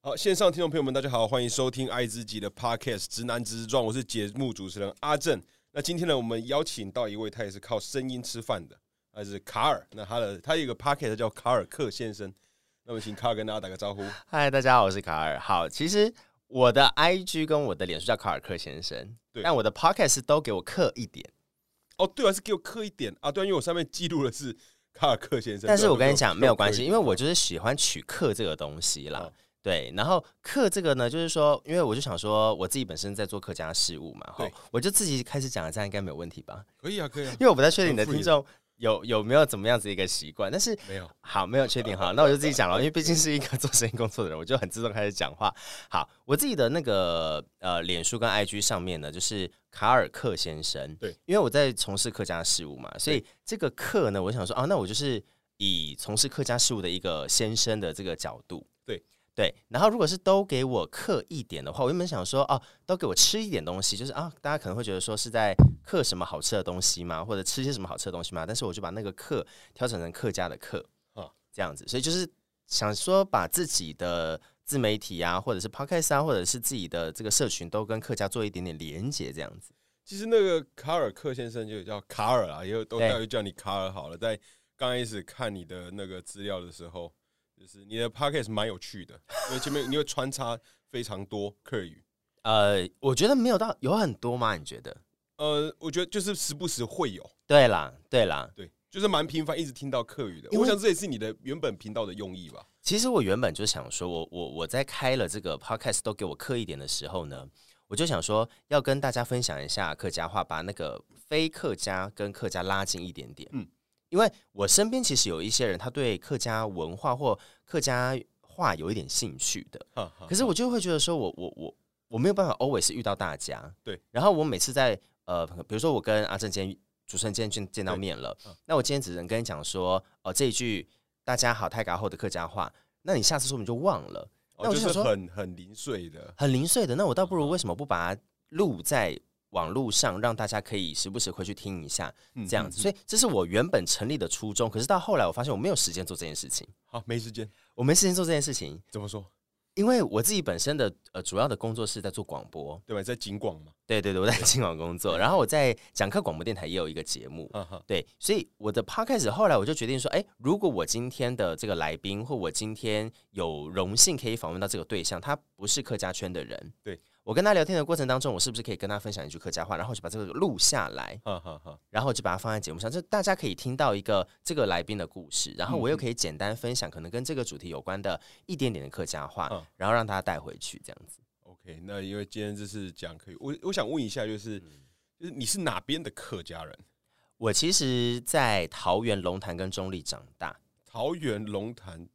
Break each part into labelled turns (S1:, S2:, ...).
S1: 好，线上听众朋友们，大家好，欢迎收听爱知己的 Podcast《直男直撞》，我是节目主持人阿正。那今天呢，我们邀请到一位，他也是靠声音吃饭的，他是卡尔。那他的他有一个 Podcast 叫卡尔克先生。那么，请卡尔跟大家打个招呼。
S2: 嗨，大家好，我是卡尔。好，其实我的 IG 跟我的脸书叫卡尔克先生，
S1: 对
S2: 但我的 Podcast 都给我刻一点。
S1: 哦，对啊，是给我刻一点啊，对啊，因为我上面记录的是卡尔克先生。
S2: 但是
S1: 对啊
S2: 我跟你讲，没有关系，因为
S1: 我
S2: 我就是喜欢取刻这个东西啦
S1: 哦。
S2: 对，然后刻这个呢，就是说，因为我就想说，我自己本身在做客家事务嘛，哈
S1: 对，
S2: 我就自己开始讲，这样应该没有问题吧？
S1: 可以啊，可以啊，
S2: 因为我不太确定你的
S1: 很 free
S2: 听众有有没有怎么样子一个习惯，但是
S1: 没有
S2: 好，没有确定哈，那我就自己讲了，因为毕竟是一个做生意工作的人，我就很自动开始讲话。好，我自己的那个呃，脸书跟 IG 上面呢，就是卡尔克先生。
S1: 对，
S2: 因为我在从事客家事务嘛，所以这个客呢，我想说啊，那我就是以从事客家事务的一个先生的这个角度。
S1: 对
S2: 对，然后如果是都给我刻一点的话，我原本想说哦、都给我吃一点东西，就是啊，大家可能会觉得说是在刻什么好吃的东西吗？或者吃些什么好吃的东西吗？但是我就把那个刻调整成客家的客。这样子，所以就是想说把自己的自媒体啊，或者是 podcast 啊，或者是自己的这个社群都跟客家做一点点连接，这样子。
S1: 其实那个卡尔克先生就叫卡尔啊，以后都
S2: 对
S1: 大约叫你卡尔好了。在刚开始看你的那个资料的时候，就是你的 podcast 蛮有趣的，因为前面你会穿插非常多客语。
S2: 呃，我觉得没有到有很多吗？你觉得？
S1: 呃，我觉得就是时不时会有，
S2: 对啦，对啦。
S1: 对，就是蛮频繁一直听到客语的。
S2: 因为
S1: 我想这也是你的原本频道的用意吧。
S2: 其实我原本就想说，我我我在开了这个 podcast 都给我刻一点的时候呢，我就想说要跟大家分享一下客家话，把那个非客家跟客家拉近一点点。
S1: 嗯
S2: 嗯，因为我身边其实有一些人，他对客家文化或客家话有一点兴趣的，
S1: 哈哈
S2: 可是我就会觉得说我我我我没有办法 always 遇到大家，
S1: 对。
S2: 然后我每次在呃，比如说我跟阿正今天主持人今天见见到
S1: 对
S2: 面了
S1: 嗯，
S2: 那我今天只能跟你讲说，哦、这一句大家好太嘎后的客家话，那你下次说不定就忘了，那
S1: 哦，
S2: 我
S1: 就
S2: 就想
S1: 是
S2: 说
S1: 很很零碎的，
S2: 很零碎的。那我倒不如为什么不把它录在网络上，让大家可以时不时回去听一下
S1: 嗯
S2: 这样子？所以这是我原本成立的初衷。可是到后来，我发现我没有时间做这件事情，
S1: 好没时间，
S2: 我没时间做这件事情，
S1: 怎么说？
S2: 因为我自己本身的呃主要的工作是在做广播。
S1: 对吧？在景广嘛，
S2: 对对对，我在青广工
S1: 嗯
S2: 作，然后我在讲课广播电台也有一个节目。
S1: 哈哈，
S2: 对，所以我的 podcast 后来我就决定说，哎，如果我今天的这个来宾或我今天有荣幸可以访问到这个对象，他不是客家圈的人，
S1: 对
S2: 我跟他聊天的过程当中，我是不是可以跟他分享一句客家话，然后就把这个录下来，
S1: 哈哈哈，
S2: 然后就把它放在节目上，就大家可以听到一个这个来宾的故事，然后我
S1: 嗯
S2: 又可以简单分享可能跟这个主题有关的一点点的客家话，
S1: 嗯
S2: 然后让他带回去这样子。
S1: OK，那因为今天这是讲可以，我我想问一下，就是、
S2: 嗯
S1: 就是你是哪边的客家人？
S2: 我其实，在桃园龙潭跟中立长大，
S1: 桃园龙潭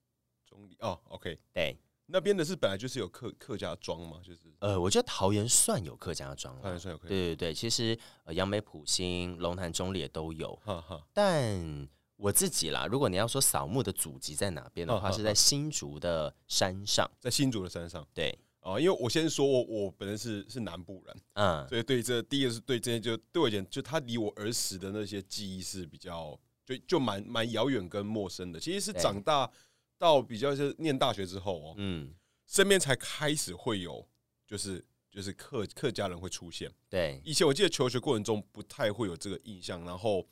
S1: 中里哦，OK，
S2: 对，
S1: 那边的是本来就是有客客家庄嘛，就是
S2: 呃，我觉得桃园算有客家庄
S1: 当然
S2: 了。
S1: 算有客家，
S2: 对对对，其实呃，杨梅、普兴、龙潭、中立也都有，
S1: 哈哈，
S2: 但我自己啦，如果你要说扫墓的祖籍在哪边的
S1: 嗯
S2: 话，
S1: 嗯
S2: 是在新竹的山上。
S1: 在新竹的山上
S2: 对，
S1: 哦，因为我先说我我本人是是南部人，
S2: 嗯，
S1: 所以对这第一个是对这些就对我而言，就他离我儿时的那些记忆是比较就就蛮蛮遥远跟陌生的，其实是
S2: 对
S1: 长大到比较是念大学之后哦，
S2: 嗯，
S1: 身边才开始会有就是就是客客家人会出现。
S2: 对，
S1: 以前我记得求学过程中不太会有这个印象，然后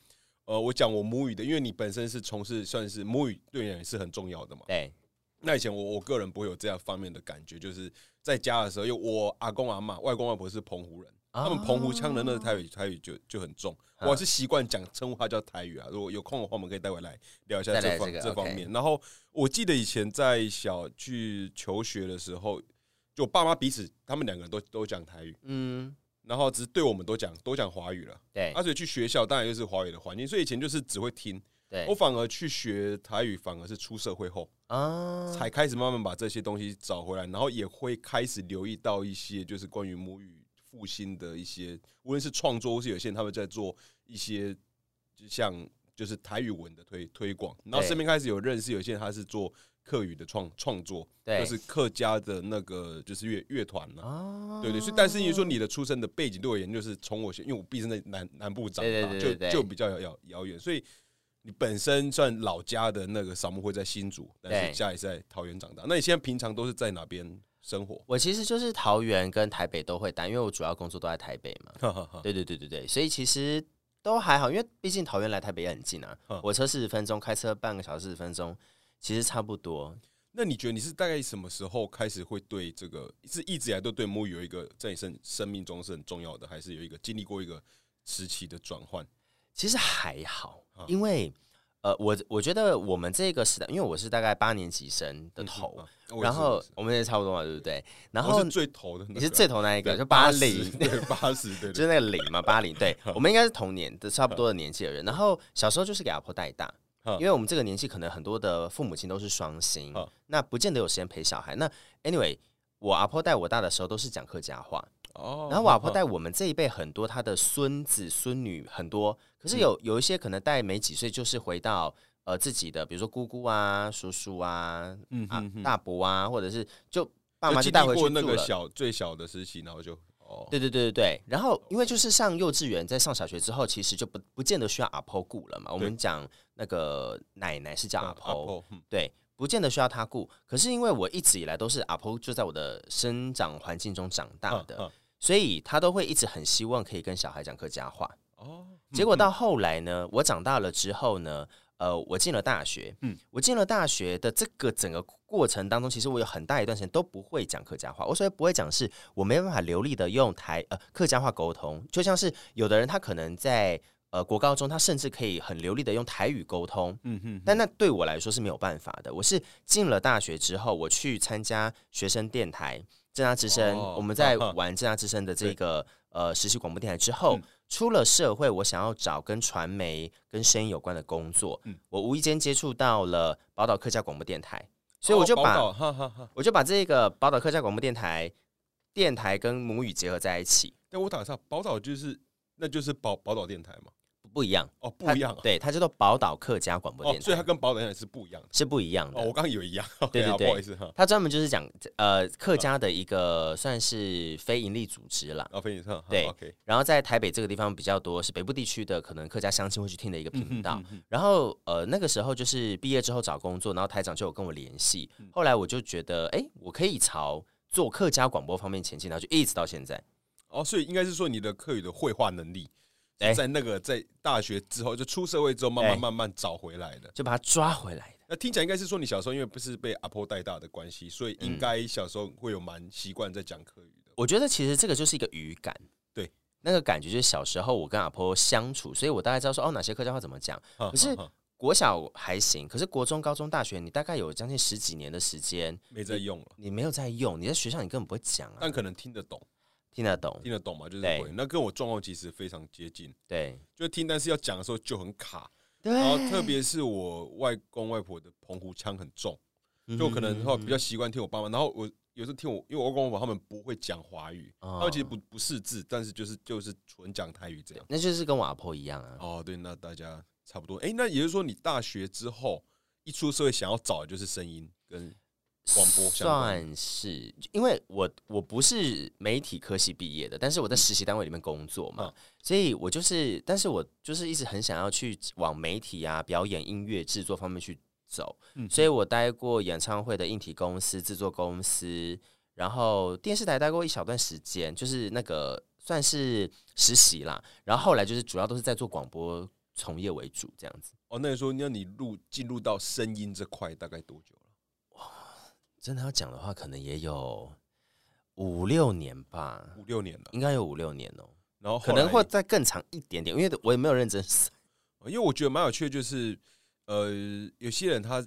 S1: 呃，我讲我母语的，因为你本身是从事算是母语对你也是很重要的嘛。
S2: 对，
S1: 那以前我我个人不会有这样方面的感觉，就是在家的时候，因为我阿公阿妈、外公外婆是澎湖人，他们澎湖腔
S2: 哦
S1: 的那个台语台语就就很重，
S2: 嗯
S1: 我是习惯讲称呼它叫台语啊。如果有空的话，我们可以待会来聊一下
S2: 再来
S1: 这方
S2: 这个
S1: 这
S2: OK
S1: 方面。然后我记得以前在小去求学的时候，就我爸妈彼此他们两个人都都讲台语，
S2: 嗯，
S1: 然后只是对我们都讲都讲华语了。
S2: 对
S1: 啊，所以去学校当然就是华语的环境，所以以前就是只会听，我
S2: 对
S1: 反而去学台语，反而是出社会后
S2: 啊，
S1: 才开始慢慢把这些东西找回来，然后也会开始留意到一些就是关于母语复兴的一些，无论是创作或是有些人他们在做一些就像就是台语文的推推广，然后身边开始有认识有些人他是做客语的创创作，
S2: 对
S1: 就是客家的那个就是乐乐团呢。
S2: 啊，
S1: 对对，所以但是你说你的出生的背景对我而言，就是从我先，因为我毕竟在南南部长大，
S2: 对对对对对
S1: 就就比较遥遥遥远，所以你本身算老家的那个扫墓会在新竹，但是
S2: 对
S1: 家里是在桃园长大。那你现在平常都是在哪边生活？
S2: 我其实就是桃园跟台北都会待，因为我主要工作都在台北嘛。
S1: 哈哈哈。
S2: 对对对对对，所以其实都还好，因为毕竟桃园来台北也很近啊
S1: 嗯。
S2: 我车四十分钟，开车半个小时四十分钟，其实差不多。
S1: 那你觉得你是大概什么时候开始会对这个是一直以来都对母语有一个在你生生命中是很重要的，还是有一个经历过一个时期的转换？
S2: 其实还好
S1: 嗯，
S2: 因为呃，我我觉得我们这个时代，因为我是大概八年级生的头，
S1: 啊我也是
S2: 然后
S1: 我也是
S2: 我们也差不多嘛，对不对？然
S1: 我
S2: 后
S1: 是最头的那个，
S2: 你是最头那一个，
S1: 对
S2: 就八
S1: 80
S2: 零，
S1: 对八十，对嗯
S2: 就
S1: 对，
S2: 是那个零嘛，八零， 对我们应该是同年的差不多的年纪的人。然后小时候就是给阿婆带大
S1: 嗯，
S2: 因为我们这个年纪可能很多的父母亲都是双薪
S1: 嗯，
S2: 那不见得有时间陪小孩。那 anyway，我阿婆带我大的时候都是讲客家话，
S1: 哦
S2: 然后我阿婆
S1: 带
S2: 带我们这一辈很多她的孙子孙女很多，可
S1: 嗯
S2: 是有有一些可能带没几岁就是回到。呃，自己的比如说姑姑啊、叔叔啊、
S1: 嗯
S2: 啊
S1: 哼哼
S2: 大伯啊，或者是就爸妈就带回去住
S1: 那个
S2: 了
S1: 小最小的时期，然后就哦，
S2: 对对对对对，然后因为就是上幼稚园，在上小学之后，其实就不不见得需要阿婆顾了嘛。我们讲那个奶奶是叫阿
S1: 啊阿
S2: 婆，
S1: 婆，嗯
S2: 对，不见得需要她顾。可是因为我一直以来都是阿婆就在我的生长环境中长大
S1: 嗯
S2: 的
S1: 嗯，
S2: 所以她都会一直很希望可以跟小孩讲客家话。
S1: 哦，
S2: 结果到后来呢，我长大了之后呢，呃，我进了大学，
S1: 嗯
S2: 嗯，我进了大学的这个整个过程当中，其实我有很大一段时间都不会讲客家话。我所谓不会讲，是我没办法流利的用台呃客家话沟通，就像是有的人他可能在呃国高中，他甚至可以很流利的用台语沟通，
S1: 嗯哼，
S2: 但那对我来说是没有办法的。我是进了大学之后，我去参加学生电台正大之声，
S1: 哦
S2: 我们在
S1: 哈哈
S2: 玩正大之声的这个呃实习广播电台之后，
S1: 嗯
S2: 出了社会，我想要找跟传媒、跟声音有关的工作，
S1: 嗯
S2: 我无意间接触到了宝岛客家广播电台，所以我就
S1: 哦
S2: 把、
S1: 宝岛哈哈哈。
S2: 我就把这个宝岛客家广播电台电台跟母语结合在一起，
S1: 但我打岔，宝岛就是那就是宝宝岛电台嘛，
S2: 不不一样，
S1: 哦，不
S2: 它
S1: 一样啊，
S2: 对，它叫做宝岛客家广播
S1: 哦
S2: 电，
S1: 所以
S2: 台，
S1: 它跟宝岛电台是不一样的。
S2: 是不一样的。
S1: 哦，我刚刚以为一样，
S2: 对
S1: OK，好啊
S2: 对对
S1: 不好意思哈。
S2: 他专门就是讲呃客家的一个算是非营利组织啦，
S1: 啊，飞你上
S2: 对
S1: ，OK，
S2: 然后在台北这个地方比较多，是北部地区的可能客家乡亲会去听的一个频道。
S1: 嗯哼
S2: 然后呃那个时候就是毕业之后找工作，然后台长就有跟我联系，
S1: 嗯
S2: 后来我就觉得哎、诶我可以朝做客家广播方面前进，然后就一直到现在。
S1: 哦，所以应该是说你的课语的绘画能力，
S2: 哎
S1: 在那个在大学之后，就出社会之后，慢慢
S2: 哎
S1: 慢慢找回来的。
S2: 就把它抓回来的。
S1: 那听起来应该是说你小时候因为不是被阿婆带大的关系，所以应该
S2: 嗯
S1: 小时候会有蛮习惯在讲课语的。
S2: 我觉得其实这个就是一个语感，
S1: 对，
S2: 那个感觉就是小时候我跟阿婆相处，所以我大概知道说哦哪些客家话怎么讲。
S1: 可
S2: 可是国小还行，可是国中、高中、大学，你大概有将近十几年的时间，
S1: 没在用了，
S2: 你没有在用，你在学校你根本不会讲啊
S1: 但，可能听得懂，
S2: 听得懂？
S1: 听得懂嘛，就是
S2: 对
S1: 会。那跟我状况其实非常接近，
S2: 对
S1: 就听，但是要讲的时候就很卡。然后
S2: 对，
S1: 特别是我外公外婆的澎湖腔很重，
S2: 嗯
S1: 就我可能后来比较习惯听我爸妈。然后我有时候听我，因为我外公外婆他们不会讲华语，他
S2: 哦
S1: 们其实不不识字，但是就是就是纯讲台语这样。
S2: 那就是跟我阿婆一样啊。
S1: 哦，对，那大家差不多。哎、那也就是说，你大学之后一出社会，想要找的就是声音跟广播相关
S2: 算是，因为我我不是媒体科系毕业的，但是我在实习单位里面工作嘛，
S1: 嗯
S2: 所以我就是，但是我就是一直很想要去往媒体啊、表演、音乐制作方面去走，
S1: 嗯
S2: 所以我待过演唱会的硬体公司、制作公司，然后电视台待过一小段时间，就是那个算是实习啦，然后后来就是主要都是在做广播从业为主这样子。
S1: 哦，那你说，那你入进入到声音这块大概多久了？
S2: 真的要讲的话，可能也有五六年吧，
S1: 五六年了。
S2: 应该有五六年哦、
S1: 然后
S2: 可
S1: 后来
S2: 能会再更长一点点，因为我也没有认真算。
S1: 因为我觉得蛮有趣的，就是呃，有些人他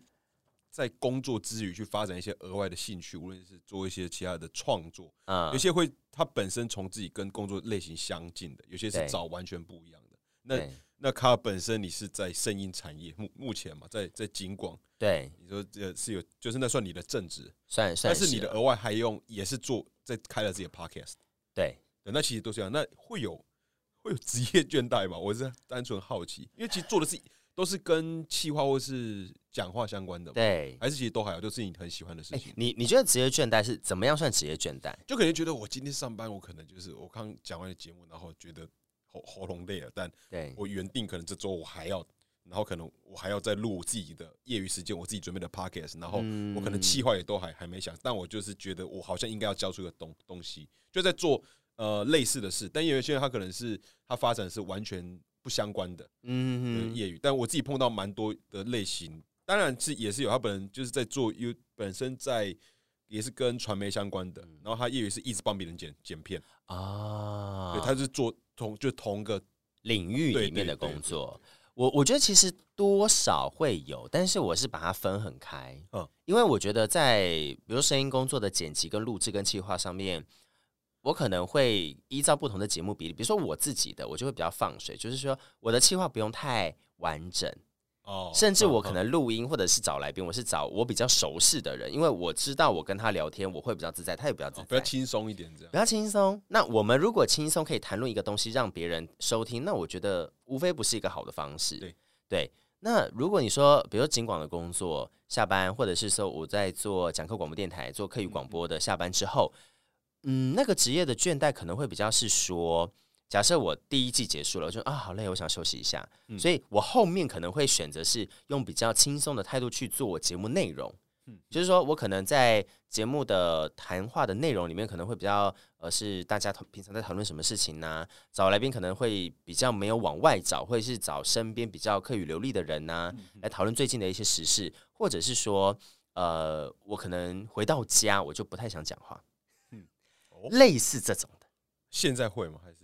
S1: 在工作之余去发展一些额外的兴趣，无论是做一些其他的创作，
S2: 啊
S1: 有。些会他本身从自己跟工作类型相近的，有些是
S2: 对
S1: 找完全不一样的。那
S2: 对
S1: 那卡尔本身你是在声音产业目目前嘛，在在金广，
S2: 对，
S1: 你说这是有就是那算你的正职，
S2: 算算
S1: 但
S2: 啊
S1: 是你的
S2: 了
S1: 额外还用也是做在开了自己的 podcast，
S2: 对，
S1: 对，那其实都是这样。那 会有会有职业倦怠吗？我是单纯好奇，因为其实做的是都是跟气话或是讲话相关的嘛，
S2: 对。
S1: 还是其实都还好，就是你很喜欢的事
S2: 哎、
S1: 情。
S2: 你你觉得职业倦怠是怎么样算职业倦怠？
S1: 就可能觉得我今天上班，我可能就是我刚讲完节目，然后觉得喉喉咙累了，但
S2: 对，
S1: 我原定可能这周我还要然后可能我还要再录我自己的业余时间，我自己准备的 podcast，然后
S2: 哦
S1: 我
S2: 嗯
S1: 可能计划也都还还没想，但我就是觉得我好像应该要交出个东东西，就在做呃类似的事，但也有一些人他可能是他发展是完全不相关的，
S2: 嗯
S1: 嗯，业余，但我自己碰到蛮多的类型，当然是也是有他本人就是在做 U 本身在也是跟传媒相关的，
S2: 嗯
S1: 然后他业余是一直帮别人剪剪片，
S2: 啊，
S1: 对，他是做同就同个
S2: 领域里面的工作。我我觉得其实多少会有，但是我是把它分很开，
S1: 嗯
S2: 嗯，因为我觉得在比如声音工作的剪辑、跟录制、跟企划上面，我可能会依照不同的节目比例，比如说我自己的，我就会比较放水，就是说我的企划不用太完整，
S1: 哦，
S2: 甚至我
S1: 嗯
S2: 可能录音或者是找来宾，我是找我比较熟识的人，因为我知道我跟他聊天我会比较自在，他也比较自
S1: 哦比
S2: 在，
S1: 较轻松一点这样
S2: 比，较轻松。那我们如果轻松可以谈论一个东西，让别人收听，那我觉得无非不是一个好的方式。
S1: 对
S2: 那如果你说，比如说警广的工作，下班或者是说我在做讲课广播电台、做课余广播的，下班之后，嗯，那个职业的倦怠可能会比较是说，假设我第一季结束了，我就啊好累，我想休息一下，
S1: 嗯
S2: 所以我后面可能会选择是用比较轻松的态度去做我节目内容。
S1: 嗯
S2: 就是说我可能在节目的谈话的内容里面，可能会比较呃是大家讨平常在讨论什么事情呐、找来宾可能会比较没有往外找，会是找身边比较客语流利的人呐、
S1: 嗯
S2: 来讨论最近的一些时事，或者是说呃我可能回到家我就不太想讲话，
S1: 嗯哦
S2: 嗯，类似这种的。
S1: 现在会吗？还是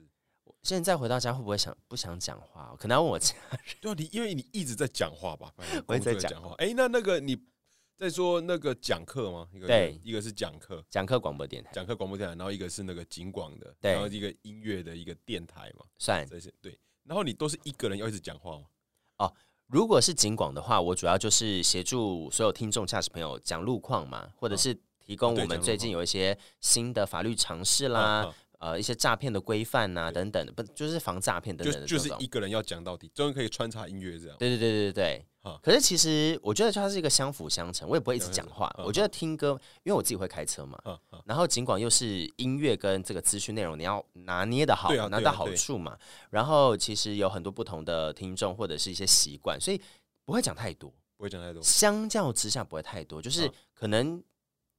S2: 现在回到家会不会想不想讲话？哦可能要问我家
S1: 对啊，你因为你一直在讲话吧，反正
S2: 我一直在
S1: 工作也
S2: 讲
S1: 话。哎、那那个你在说那个讲课吗？一个
S2: 对
S1: 一个是讲课，
S2: 讲课广播电台
S1: 讲课广播电台，然后一个是那个景广的，
S2: 对
S1: 然后一个音乐的一个电台嘛，
S2: 算
S1: 这些对。然后你都是一个人要一直讲话吗？
S2: 如果是景广的话，我主要就是协助所有听众、驾驶朋友讲路况嘛，或者是提
S1: 嗯
S2: 供
S1: 哦对
S2: 我们最近有一些新的法律常识啦，
S1: 啊
S2: 呃，一些诈骗的规范呐等等的，不就是防诈骗等
S1: 就
S2: 等的这
S1: 就
S2: 种。
S1: 是一个人要讲到底，中间可以穿插音乐这样。
S2: 对对对对对
S1: 哈
S2: 对。可是其实我觉得它是一个相辅相成，我也不会一直
S1: 了解
S2: 讲话。
S1: 嗯
S2: 我觉得听歌，因为我自己会开车嘛，
S1: 嗯嗯
S2: 然后尽管又是音乐跟这个资讯内容，你要拿捏的好，
S1: 对啊
S2: 拿
S1: 对
S2: 到
S1: 啊
S2: 好
S1: 对
S2: 处嘛。然后其实有很多不同的听众或者是一些习惯，所以不会讲太多。
S1: 不会讲太多。
S2: 相较之下不会太多，就是
S1: 嗯
S2: 可能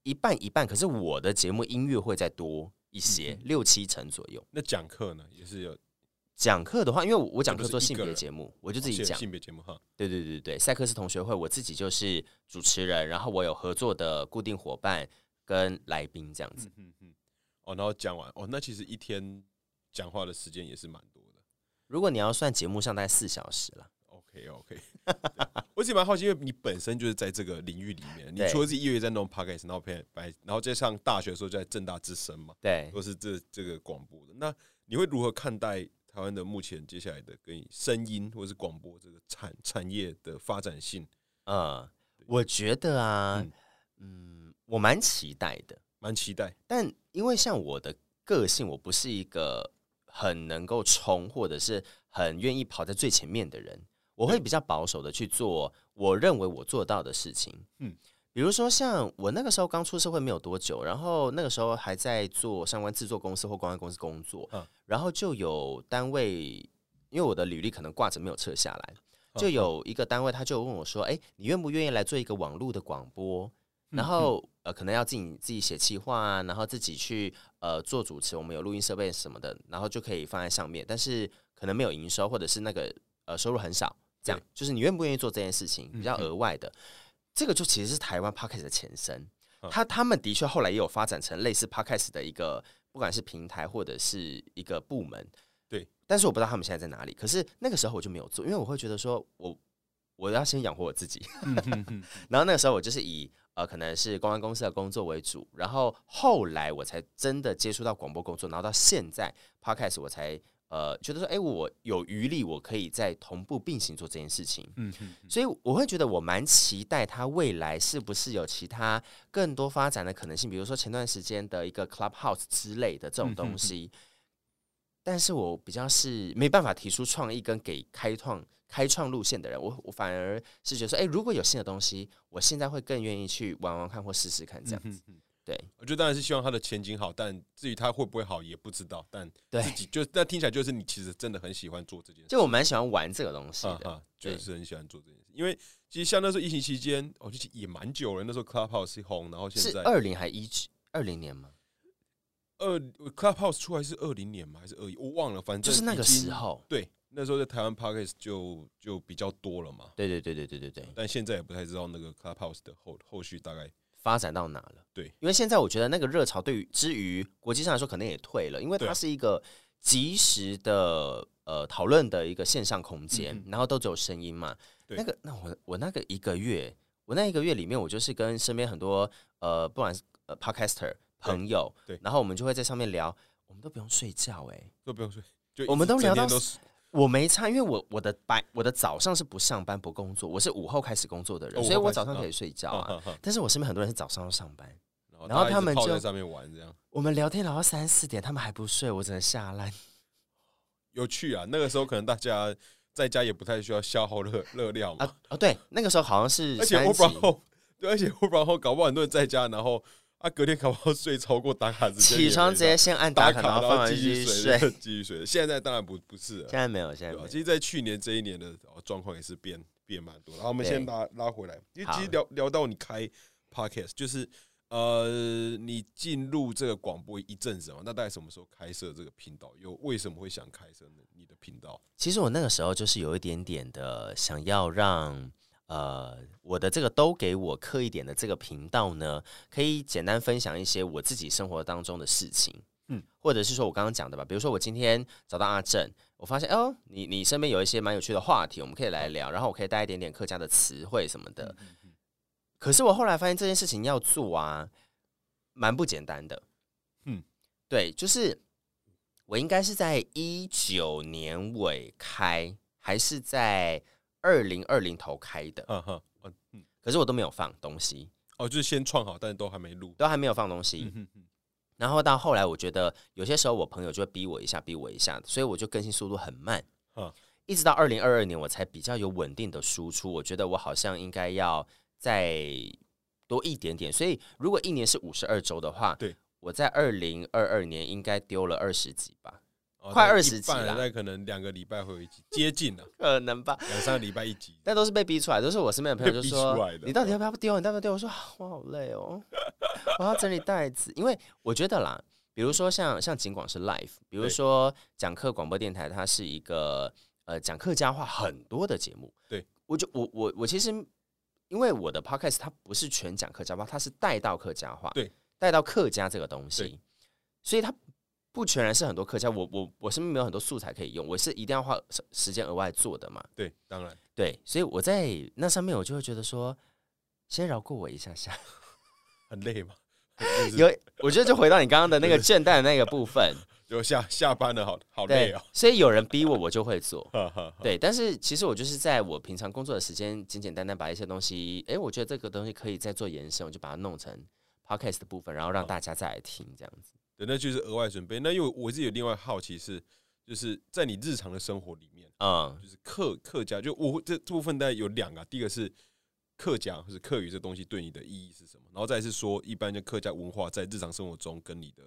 S2: 一半一半。可是我的节目音乐会再多一些，
S1: 嗯
S2: 六七成左右。
S1: 那讲课呢，也是有
S2: 讲课的话，因为我我讲课做性
S1: 就是一个
S2: 别
S1: 人
S2: 节目，我就自己
S1: 性
S2: 讲。
S1: 性别节目哈。
S2: 对对对对，赛克斯同学会，我自己就是主持人，然后我有合作的固定伙伴跟来宾这样子。
S1: 嗯嗯嗯。哦，然后讲完哦，那其实一天讲话的时间也是蛮多的。
S2: 如果你要算节目上，大概四小时了。
S1: OK OK，我其实蛮好奇，因为你本身就是在这个领域里面，你
S2: 对
S1: 除了自己业余在弄 podcast，然后偏白，然后再上大学的时候就在正大之声嘛，
S2: 对，
S1: 都是这这个广播的。那你会如何看待台湾的目前接下来的跟声音或是广播这个产产业的发展性？
S2: 嗯，我觉得啊，
S1: 嗯
S2: 嗯，我蛮期待的。
S1: 蛮期待，
S2: 但因为像我的个性，我不是一个很能够冲，或者是很愿意跑在最前面的人，我会比较保守的去做我认为我做到的事情。
S1: 嗯
S2: 嗯，比如说像我那个时候刚出社会没有多久，然后那个时候还在做相关制作公司或公关公司工作，
S1: 嗯
S2: 然后就有单位，因为我的履历可能挂着没有撤下来。
S1: 嗯
S2: 就有一个单位，他就问我说：“哎、你愿不愿意来做一个网络的广播？”
S1: 嗯
S2: 然后呃，可能要自己自己写企划啊，然后自己去呃做主持，我们有录音设备什么的，然后就可以放在上面，但是可能没有营收，或者是那个呃收入很少，这样就是你愿不愿意做这件事情，比较
S1: 嗯
S2: 额外的，这个就其实是台湾 p o c k e t 的前身
S1: 嗯。
S2: 他他们的确后来也有发展成类似 p o c k e t 的一个，不管是平台或者是一个部门。
S1: 对，
S2: 但是我不知道他们现在在哪里。可是那个时候我就没有做，因为我会觉得说我我要先养活我自己，
S1: 嗯
S2: 然后那个时候我就是以呃可能是公关公司的工作为主，然后后来我才真的接触到广播工作，然后到现在 podcast 我才呃觉得说，哎、我有余力，我可以再同步并行做这件事情。
S1: 嗯嗯
S2: 所以我会觉得我蛮期待它未来是不是有其他更多发展的可能性，比如说前段时间的一个 Clubhouse 之类的
S1: 嗯
S2: 这种东西。但是我比较是没办法提出创意跟给开创开创路线的人，我我反而是觉得说，哎、如果有新的东西，我现在会更愿意去玩玩看或试试看这样子。
S1: 嗯
S2: 对
S1: 我觉得当然是希望他的前景好，但至于他会不会好也不知道。但
S2: 对
S1: 自己就但听起来就是你其实真的很喜欢做这件事，
S2: 就我蛮喜欢玩这个东西
S1: 啊
S2: 的，
S1: 哈，
S2: 对
S1: 就是很喜欢做这件事。因为其实像那时候疫情期间，我、哦、就也蛮久了。那时候 Clubhouse 红，然后现
S2: 是
S1: 在
S2: 二零还一二零年吗？
S1: 二 Clubhouse 出来是二零年吗？还是二一？我忘了，反正
S2: 就是那个
S1: 已经
S2: 时。候，
S1: 对，那时候在台湾 Podcast 就就比较多了嘛，
S2: 对对对对对对对，
S1: 但现在也不太知道那个 Clubhouse 的后后续大概
S2: 发展到哪了？
S1: 对，
S2: 因为现在我觉得那个热潮对于之于国际上来说可能也退了，因为
S1: 对啊
S2: 它是一个及时的呃讨论的一个线上空间，
S1: 嗯
S2: 然后都只有声音嘛。
S1: 对
S2: 那个那我我那个一个月，我那一个月里面，我就是跟身边很多呃，不管是呃 podcaster 朋友，
S1: 对
S2: 然后我们就会在上面聊，我们都不用睡觉哎、
S1: 都不用说，就
S2: 我们
S1: 一直
S2: 都
S1: 整
S2: 聊
S1: 天
S2: 到
S1: 都是
S2: 我没差，因为我我的白我的早上是不上班不工作，我是午后开始工作的人，
S1: 哦
S2: 所以
S1: 午后开
S2: 我
S1: 始
S2: 早上
S1: 啊
S2: 可以睡觉
S1: 啊
S2: 啊。
S1: 哈哈
S2: 但是我身边很多人是早上要上班，
S1: 然后
S2: 然后
S1: 大家一
S2: 他
S1: 直
S2: 们
S1: 泡在
S2: 就
S1: 上面玩这样。
S2: 我们聊天聊到三四点，他们还不睡，我只能下烂。
S1: 有趣啊！那个时候可能大家在家也不太需要消耗热热量嘛，
S2: 啊啊！对，那个时候好像是
S1: 而且
S2: 三
S1: work
S2: 级
S1: from home，对，而且 work from home 搞不好很多人在家，然后啊隔天搞不好睡超过打卡时间，
S2: 起床直接先按打
S1: 卡，
S2: 卡，
S1: 然
S2: 后放完
S1: 继
S2: 继续
S1: 续
S2: 睡。
S1: 睡， 继续睡。现在当然不不是了
S2: 现，在没有，现在
S1: 对
S2: 没
S1: 吧？
S2: 有。
S1: 其实，在去年这一年的哦状况也是变变蛮多的。然后我们
S2: 对
S1: 先拉拉回来，因为
S2: 好
S1: 其实聊聊到你开 podcast，就是呃，你进入这个广播一阵子嘛，那大概什么时候开设这个频道？又为什么会想开设呢？你的频道？
S2: 其实我那个时候就是有一点点的想要让呃我的这个都给我刻一点的这个频道呢，可以简单分享一些我自己生活当中的事情，嗯
S1: 嗯，
S2: 或者是说我刚刚讲的吧，比如说我今天找到阿正，我发现哦，你你身边有一些蛮有趣的话题，我们可以来聊，然后我可以带一点点客家的词汇什么
S1: 嗯
S2: 的。可是我后来发现这件事情要做啊，蛮不简单的，嗯
S1: 嗯，
S2: 对，就是。我应该是在一九年尾开，还是在二零二零头开的，
S1: 哈哈，嗯嗯。
S2: 可是我都没有放东西，
S1: 哦，就是先创好，但是都还没录。
S2: 都还没有放东
S1: 嗯
S2: 西。然后到后来，我觉得有些时候我朋友就会逼我一下，逼我一下，所以我就更新速度很慢。
S1: 嗯
S2: 一直到二零二二年，我才比较有稳定的输出。我觉得我好像应该要再多一点点。所以如果一年是五十二周的话，
S1: 对，
S2: 我在二零二二年应该丢了二十集吧，
S1: 哦
S2: 快
S1: 大概
S2: 20
S1: 一
S2: 集
S1: 半了
S2: 啦
S1: 大概可能两个礼拜会有一集，接近了
S2: 可能吧。
S1: 两三个礼拜一集。
S2: 但都是被逼出来，都是我身边的朋友就
S1: 被逼出
S2: 说
S1: 来：“的哦
S2: 你到底要不要丢？你到底要不要丢？”我说啊：“我好累哦，我要整理袋子。”因为我觉得啦，比如说像像尽管是 live，比如
S1: 对
S2: 说讲课广播电台，它是一个呃讲客家话很多的节目。
S1: 对，
S2: 我就我我我其实因为我的 podcast 它不是全讲客家话，它是带到客家话，
S1: 对，
S2: 带到客家这个东
S1: 对
S2: 西，所以它不全然是很多客家。我我我身边没有很多素材可以用，我是一定要花时时间额外做的嘛。
S1: 对，当然
S2: 对，所以我在那上面我就会觉得说，先饶过我一下下。
S1: 很累嘛， 就是
S2: 有，我觉得就回到你刚刚的那个倦怠的那个部分，
S1: 就下下班了， 好好累
S2: 对
S1: 哦。，
S2: 所以有人逼我，我就会做。
S1: 哈哈哈
S2: 对，但是其实我就是在我平常工作的时间，简简单单把一些东西，诶，我觉得这个东西可以再做延伸，我就把它弄成 podcast 的部分，然后让大家再来听这样子。
S1: 对，那就是额外准备。那因为我自己有另外好奇是，就是在你日常的生活里面，
S2: 嗯，
S1: 就是客客家，就我这这部分大概有两个，第一个是客家或是客语这东西对你的意义是什么，然后再是说一般就客家文化在日常生活中跟你的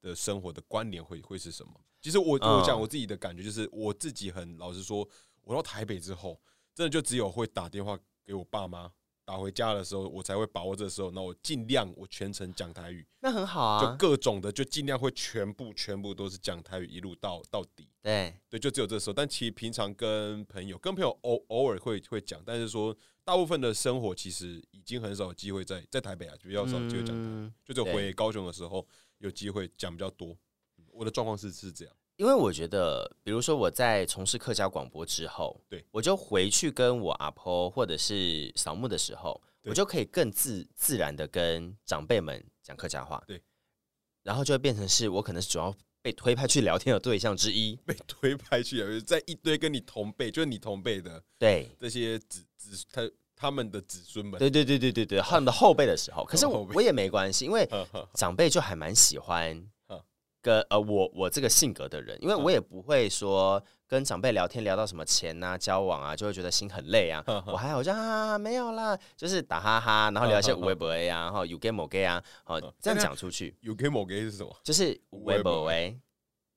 S1: 的生活的关联会会是什么？其实我
S2: 嗯
S1: 我讲我自己的感觉就是，我自己很老实说，我到台北之后，真的就只有会打电话给我爸妈。打回家的时候，我才会把握这时候，那我尽量我全程讲台语，
S2: 那很好
S1: 就
S2: 啊。
S1: 各种的就尽量会全部全部都是讲台语，一路到到底。
S2: 对，
S1: 对，就只有这时候。但其实平常跟朋友，跟朋友偶偶尔会会讲，但是说大部分的生活其实已经很少有机会在在台北啊，比较少有机会讲台北，
S2: 嗯
S1: 就只有
S2: 对
S1: 回高雄的时候有机会讲比较多。嗯我的状况是是这样，
S2: 因为我觉得，比如说我在从事客家广播之后，
S1: 对
S2: 我就回去跟我阿婆或者是扫墓的时候，
S1: 对
S2: 我就可以更自自然的跟长辈们讲客家话，
S1: 对，
S2: 然后就会变成是我可能是主要被推派去聊天的对象之一，
S1: 被 推派去啊，在一堆跟你同辈，就是你同辈的
S2: 对，
S1: 这些子子他他们的子孙 们，
S2: 对对对对对对，他们的后辈的时候，可是
S1: 后
S2: 我
S1: 辈
S2: 我也没关系，因为
S1: 呵呵
S2: 长辈就还蛮喜欢
S1: 嗯
S2: 跟呃我我这个性格的人，因为我也不会说跟长辈聊天聊到什么钱啊、交往啊，就会觉得心很累啊。
S1: 嗯
S2: 我还好像啊没有啦，就是打哈哈，然后聊一些无微不
S1: 嗯
S2: 微啊，然后有 game 某 gay 啊，好这样讲出去
S1: 有 game 某 game 是什么？
S2: 就是无微
S1: 嗯无
S2: 不
S1: 微不
S2: 微，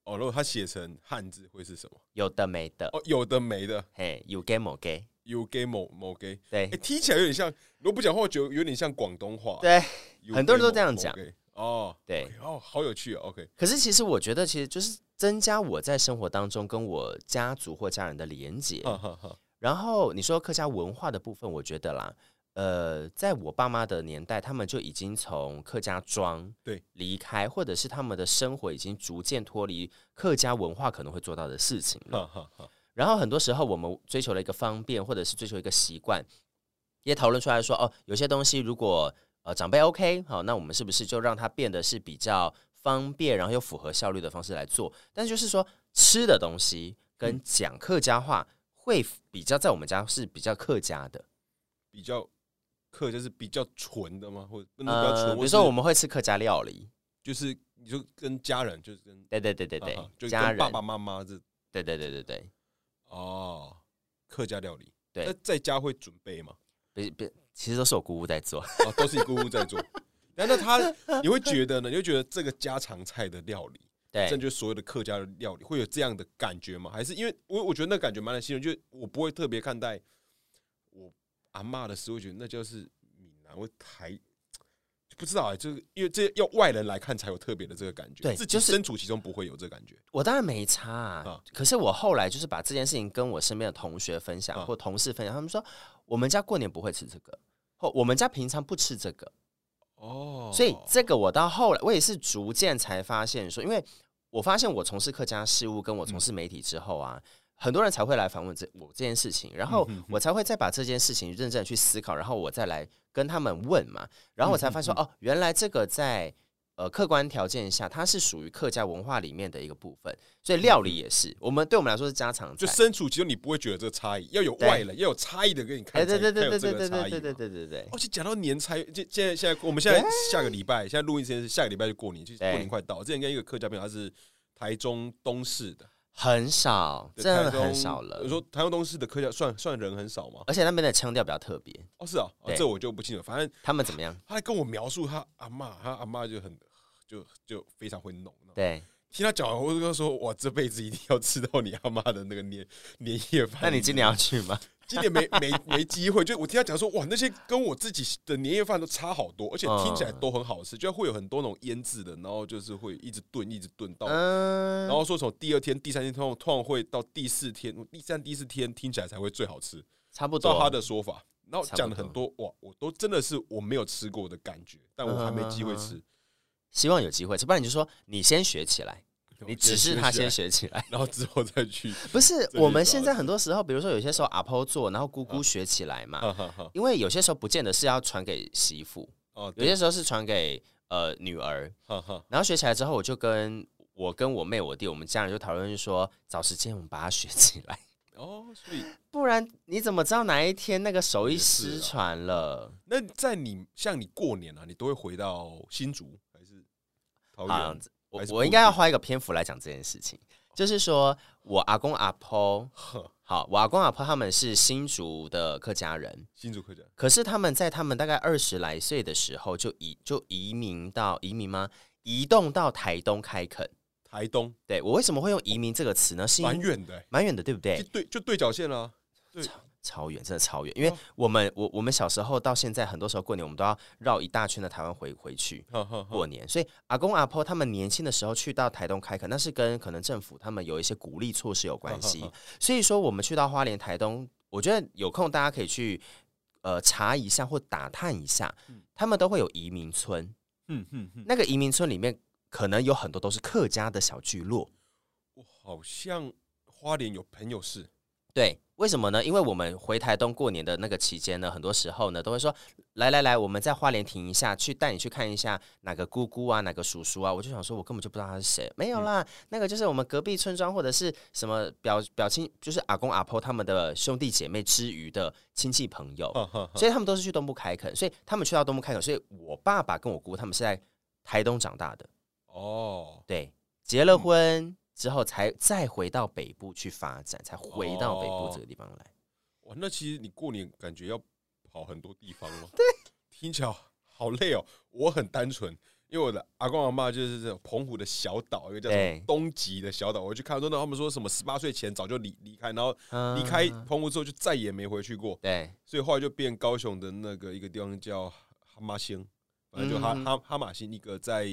S1: 哦，如果它写成汉字会是什么？
S2: 有的没的，
S1: 哦，有的没的，
S2: 嘿，有 game 某 gay，
S1: 有 game 某某 game，
S2: 对
S1: 哎，听起来有点像，如果不讲话，我觉得有点像广东话。
S2: 对。
S1: 有 gay
S2: 很多人都这样讲
S1: 某 gay。哦，
S2: 对
S1: OK，哦，好有趣哦。OK，
S2: 可是其实我觉得，其实就是增加我在生活当中跟我家族或家人的连接。
S1: 哈哈哈，
S2: 然后你说客家文化的部分，我觉得啦，呃，在我爸妈的年代，他们就已经从客家庄
S1: 对
S2: 离开，或者是他们的生活已经逐渐脱离客家文化可能会做到的事情了。
S1: 哈哈哈，
S2: 然后很多时候我们追求了一个方便，或者是追求一个习惯，也讨论出来说，哦，有些东西如果呃长辈 OK，好，那我们是不是就让它变得是比较方便，然后又符合效率的方式来做？但是就是说吃的东西跟讲客家话会比较在我们家是比较客家的，
S1: 比较客就是比较纯的吗？或者不能比较
S2: 呃，
S1: 纯？
S2: 比如说我
S1: 们
S2: 们会吃客家料理，
S1: 就是你就跟家人，就是跟
S2: 对对对对对，
S1: 啊哈就
S2: 家
S1: 跟
S2: 人，
S1: 爸爸妈妈这
S2: 对对对对对，
S1: 哦，客家料理。
S2: 对
S1: 那在家会准备吗？
S2: 别别，其实都是我姑姑在做，
S1: 啊，都是你姑姑在做。 然后那他，你会觉得呢？你会觉得这个家常菜的料理，
S2: 对
S1: 甚，至所有的客家的料理，会有这样的感觉吗？还是因为我我觉得那感觉蛮难形容，就是我不会特别看待我阿嬷的食物，觉得那就是闽南或台，不知道哎、这个因为这要外人来看才有特别的这个感觉，
S2: 对
S1: 自己
S2: 就是
S1: 身处其中不会有这个感觉。
S2: 我当然没差、啊，
S1: 啊
S2: 可是我后来就是把这件事情跟我身边的同学分享、
S1: 啊
S2: 或同事分享，他们说我们家过年不会吃这个，或我们家平常不吃这个，
S1: 哦
S2: 所以这个我到后来我也是逐渐才发现说，因为我发现我从事客家事务跟我
S1: 嗯
S2: 从事媒体之后啊，很多人才会来访问这我这件事情，然后
S1: 嗯哼哼
S2: 我才会再把这件事情认真地去思考，然后我再来跟他们问嘛，然后
S1: 嗯
S2: 我才发现说，哦，原来这个在。呃，客观条件下，它是属于客家文化里面的一个部分，所以料理也是。我们对我们来说是家常菜
S1: 嗯就，身处其中，你不会觉得这个差异，要有
S2: 对
S1: 外人，要有差异的给你看
S2: 哎，
S1: 才，
S2: 对对对
S1: 才有
S2: 对对
S1: 这
S2: 对
S1: 个差
S2: 对
S1: 异
S2: 对对
S1: 嘛。哦
S2: 对对对，
S1: 而且讲到年差，就现在现在我们现在下个礼拜，现在录音时间是下个礼拜就过年，就是过
S2: 对
S1: 年快到。之前跟一个客家朋友，他是台中东市的，
S2: 很少，
S1: 对
S2: 真的
S1: 台中
S2: 很少了
S1: 你。说台中东市的客家算算人很少吗？
S2: 而且那边的腔调比较特别，
S1: 哦，是啊，哦
S2: 对
S1: 这我就不清楚。反正
S2: 他们怎么样？
S1: 他跟我描述他阿嬷，他阿嬷就很就就非常会弄。
S2: 对，
S1: 听他讲完，我就跟他说：“我这辈子一定要吃到你阿妈的那个年年夜饭。”
S2: 那你今年要去 吗？
S1: 今年没没没机会，就我听他讲说，哇，那些跟我自己的年夜饭都差好多，而且听起来都很好吃，就会有很多那种腌制的，然后就是会一直炖，一直炖到，
S2: 嗯，
S1: 然后说从第二天、第三天，通常通常会到第四天、第三、第四天听起来才会最好吃，
S2: 差不
S1: 照
S2: 多。
S1: 他的说法，然后讲了很多，哇，我都真的是我没有吃过的感觉，但我还没机会
S2: 嗯
S1: 吃，
S2: 希望有机会，不然你就说你先学起来，你只是他先，学 起来。
S1: 然后之后再 去，
S2: 不是，
S1: 这
S2: 我
S1: 就
S2: 们
S1: 是嗯
S2: 现
S1: 啊
S2: 在很多时候，比如说有些时候阿婆做，然后姑姑学起来嘛，
S1: 哈哈哈，
S2: 因为有些时候不见得是要传给媳妇，
S1: 哦，
S2: 有
S1: 对，
S2: 些时候是传给呃女儿。
S1: 哈哈，
S2: 然后学起来之后，我就跟我跟我妹、我弟，我们家人就讨论说，找时间我们把它学起 来，
S1: 哦，所以
S2: 不然你怎么知道哪一天那个手艺
S1: 也是
S2: 失
S1: 啊
S2: 传了？
S1: 那在你像你过年啊，你都会回到新竹还是桃
S2: 啊
S1: 园？，
S2: 我
S1: 还是
S2: 我
S1: 不
S2: 应该要
S1: 一定
S2: 花一个篇幅来讲这件事情，就是说我阿公阿婆，
S1: 呵
S2: 好，我阿公阿婆他们是新竹的客家人，
S1: 新竹客家
S2: 可是他们在他们大概二十来岁的时候就移就移民到移民吗？移动到台东开垦。
S1: 台东
S2: 对我为什么会用移民这个词呢？是因
S1: 蛮
S2: 为
S1: 远的、欸，
S2: 蛮远的，对不
S1: 就
S2: 对？
S1: 对就对角线啦、啊。
S2: 超远，真的超远。因为
S1: 嗯
S2: 我们我我们小时候到现在，很多时候过年我们都要绕一大圈的台湾回回去。
S1: 哈哈哈
S2: 过年，所以阿公阿婆他们年轻的时候去到台东开垦，那是跟可能政府他们有一些鼓励措施有关系。所以说，我们去到花莲、台东，我觉得有空大家可以去呃查一下或打探一下，他们都会有移民村，
S1: 嗯嗯嗯，
S2: 那个移民村里面可能有很多都是客家的小聚落。
S1: 我好像花莲有朋友是
S2: 对，为什么呢？因为我们回台东过年的那个期间呢，很多时候呢都会说，来来来，我们在花莲停一下，去带你去看一下哪个姑姑啊，哪个叔叔啊。我就想说，我根本就不知道他是谁，没有啦，那个就是我们隔壁村庄或者是什么表表亲，就是阿公阿婆他们的兄弟姐妹之余的亲戚朋友，
S1: 哈哈哈
S2: 所以他们都是去东部开垦，所以他们去到东部开垦，所以我爸爸跟我姑他们是在台东长大的，
S1: 哦，
S2: 对，结了婚之后才再回到北部去发展，才回到北部
S1: 哦
S2: 这个地方来。
S1: 哇，那其实你过年感觉要跑很多地方哦。 对，听起来好累哦。我很单纯，因为我的阿公阿妈就是这种澎湖的小岛，一个叫什
S2: 对
S1: 么东极的小岛。我去看说，那他们说什么十八岁前早就离离开，然后离开
S2: 嗯
S1: 澎湖之后就再也没回去过，
S2: 对，
S1: 所以后来就变高雄的那个一个地方叫哈马星，反正就哈
S2: 嗯
S1: 哈哈马星一个在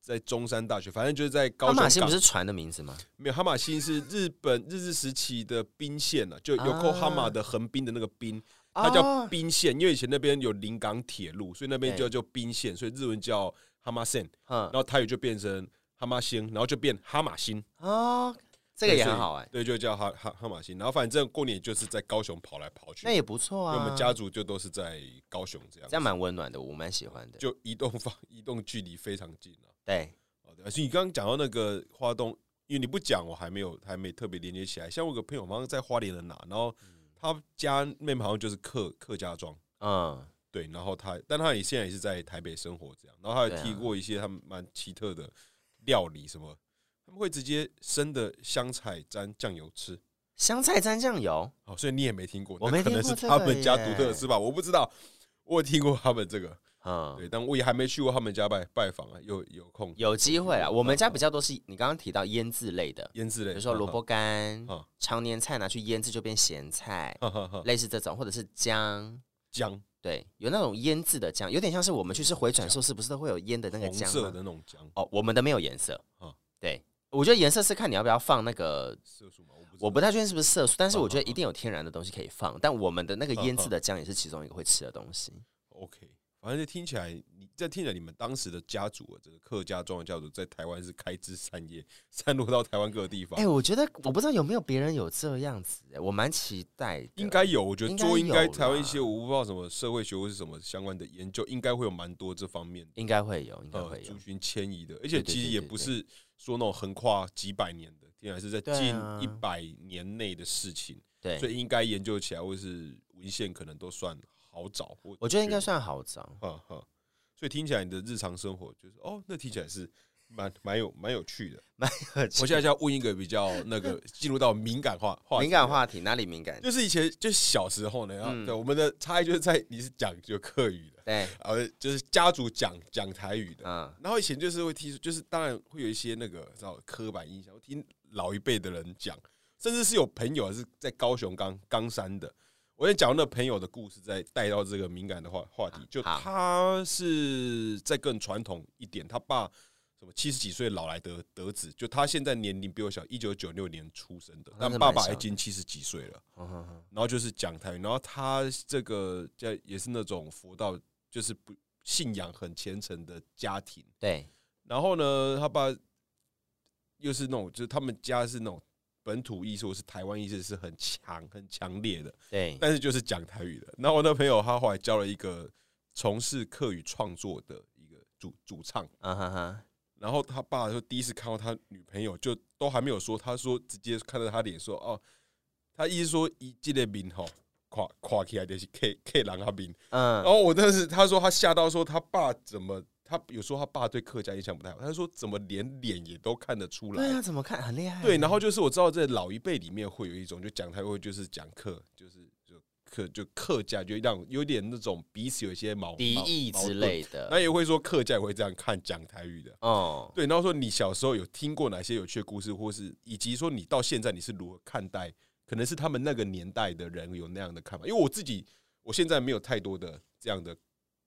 S1: 在中山大学，反正就是在高
S2: 阿
S1: 雄
S2: 马星
S1: 港
S2: 不是船的名字吗？
S1: 没有，哈马星是日本日治时期的兵线啊，就有扣哈马的横滨的那个滨，它叫
S2: 哦
S1: 滨线，因为以前那边有临港铁路，所以那边
S2: 对
S1: 叫叫滨线，所以日文叫哈马线，然
S2: 嗯
S1: 后台语就变成哈马星，然后就变哈马星，
S2: 哦，这个也很好玩，
S1: 对，就叫哈哈哈马星。然后反正过年就是在高雄跑来跑去，
S2: 那
S1: 因
S2: 也不错啊。
S1: 为我们家族就都是在高雄这样
S2: 这，样蛮温暖的，我蛮喜欢的。
S1: 就移动方 移动距离非常近啊。
S2: 对，
S1: 哦，对，而且你刚刚讲到那个花东，因为你不讲，我还没有还没特别连接起来。像我有个朋友，好像在花莲的哪，然后他家妹妹好像就是客客家庄，
S2: 嗯，
S1: 对，然后他，但他也现在也是在台北生活这样，然后他
S2: 对
S1: 也
S2: 啊
S1: 提过一些他们蛮奇特的料理，什么他们会直接生的香菜沾酱油吃。
S2: 香菜沾酱油，
S1: 哦，所以你也没听过，
S2: 我
S1: 那
S2: 没
S1: 可能
S2: 听
S1: 是
S2: 过这
S1: 他
S2: 个
S1: 们家独特的
S2: 耶
S1: 吃法，我不知道。我有听过他们这个，
S2: 嗯，
S1: 对，但我也还没去过他们家拜拜访啊，有有空
S2: 有机会啊。我们家比较多是你刚刚提到腌制类的，
S1: 腌制
S2: 比
S1: 类，
S2: 如说萝卜干
S1: 嗯、
S2: 常年菜拿去腌制就变咸菜，
S1: 哈哈哈
S2: 类似这种，或者是姜。
S1: 姜，
S2: 对，有那种腌制的姜，有点像是我们去吃回转寿司，不是都会有腌的那个
S1: 红
S2: 姜啊
S1: 色
S2: 吗
S1: 的那种姜，
S2: 哦，我们的没有颜色。
S1: 啊
S2: 对，我觉得颜色是看你要不要放那个，
S1: 色素吗？
S2: 我
S1: 我
S2: 不
S1: 不知道
S2: 太确定是不是色素，但是
S1: 啊
S2: 我觉
S1: 啊
S2: 得一定有天然的东西可以放。但我们的那个
S1: 啊
S2: 腌
S1: 啊
S2: 制的姜也是其中一个会吃的东西。
S1: OK，反正就听起来，你这听起来你们当时的家族啊，这个客家庄的家族在台湾是开枝散叶， 散落到台湾各个地方
S2: 哎、。我觉得我不知道有没有别人有这样子、哎我蛮期待的。
S1: 应该有，我觉得
S2: 应该
S1: 做应该
S2: 有
S1: 台湾一
S2: 啦
S1: 些我不知道什么社会学或是什么相关的研究，应该会有蛮多这方面的
S2: 应该会有，应该
S1: 呃
S2: 会有
S1: 族。群迁移的，而
S2: 对
S1: 且
S2: 对
S1: 其实
S2: 对
S1: 也
S2: 对
S1: 不
S2: 对
S1: 是说那种横跨几百年的，听起来是在
S2: 对
S1: 近
S2: 啊
S1: 一百年内的事情，所
S2: 对，
S1: 以应该研究起来或是文献可能都算好找。
S2: 我觉得应该
S1: 算。
S2: 算好找。
S1: 哈哈，所以听起来你的日常生活就是哦，那听起来是蛮蛮有蛮有趣的。我现在就要问一个比较那 个进入到敏感话话题啊
S2: 敏感，话题哪里敏 感？
S1: 就是以前就小时候呢，然后
S2: 嗯
S1: 对我们的差异就是在你是讲就客语的，
S2: 对，
S1: 呃，就是家族讲讲台语的。
S2: 嗯，
S1: 然后以前就是会提出，就是当然会有一些那个叫刻板印象，我听老一辈的人讲，甚至是有朋友是在高雄冈冈山的，我先讲那朋友的故事，再带到这个敏感的话话题。就
S2: 好
S1: 他是再更传统一点，他爸什么七十几岁老来得得子，就他现在年龄比我小，一九九六年出生的，
S2: 哦那
S1: 但
S2: 是
S1: 爸
S2: 蛮
S1: 爸
S2: 小
S1: 已
S2: 的
S1: 经七十几岁了。
S2: 嗯哼哼
S1: 然后就是讲台语，然后他这个在也是那种佛道，就是不信仰很虔诚的家庭。
S2: 对，
S1: 然后呢，他爸又是那种，就是他们家是那种本土意识，或是台湾意识是很强、很强烈的，
S2: 对，
S1: 但是就是讲台语的。那我那朋友他后来交了一个从事客语创作的一个主主唱，
S2: 嗯哈哈，
S1: 然后他爸就第一次看到他女朋友，就都还没有说，他说直接看到他脸说哦，他意思说一这个名吼。垮垮起来就是 K K 狼他名，然
S2: 嗯，
S1: 后我真的是他说他吓到说他爸怎么他有时候他爸对客家印象不太好，他说怎么连脸也都看得出
S2: 对
S1: 来
S2: 啊，。怎么看很厉害。
S1: 对，然后就是我知道在老一辈里面会有一种就讲台会就是讲客，就是就客就客家，就让有点那种彼此有一些矛
S2: 敌意之。类
S1: 矛那
S2: 的。
S1: 也会说客家也会这样看讲台语的。
S2: 哦，
S1: 对，然后说你小时候有听过哪些有趣的故事，或是以及说你到现在你是如何看待，可能是他们那个年代的人有那样的看法。因为我自己，我现在没有太多的这样的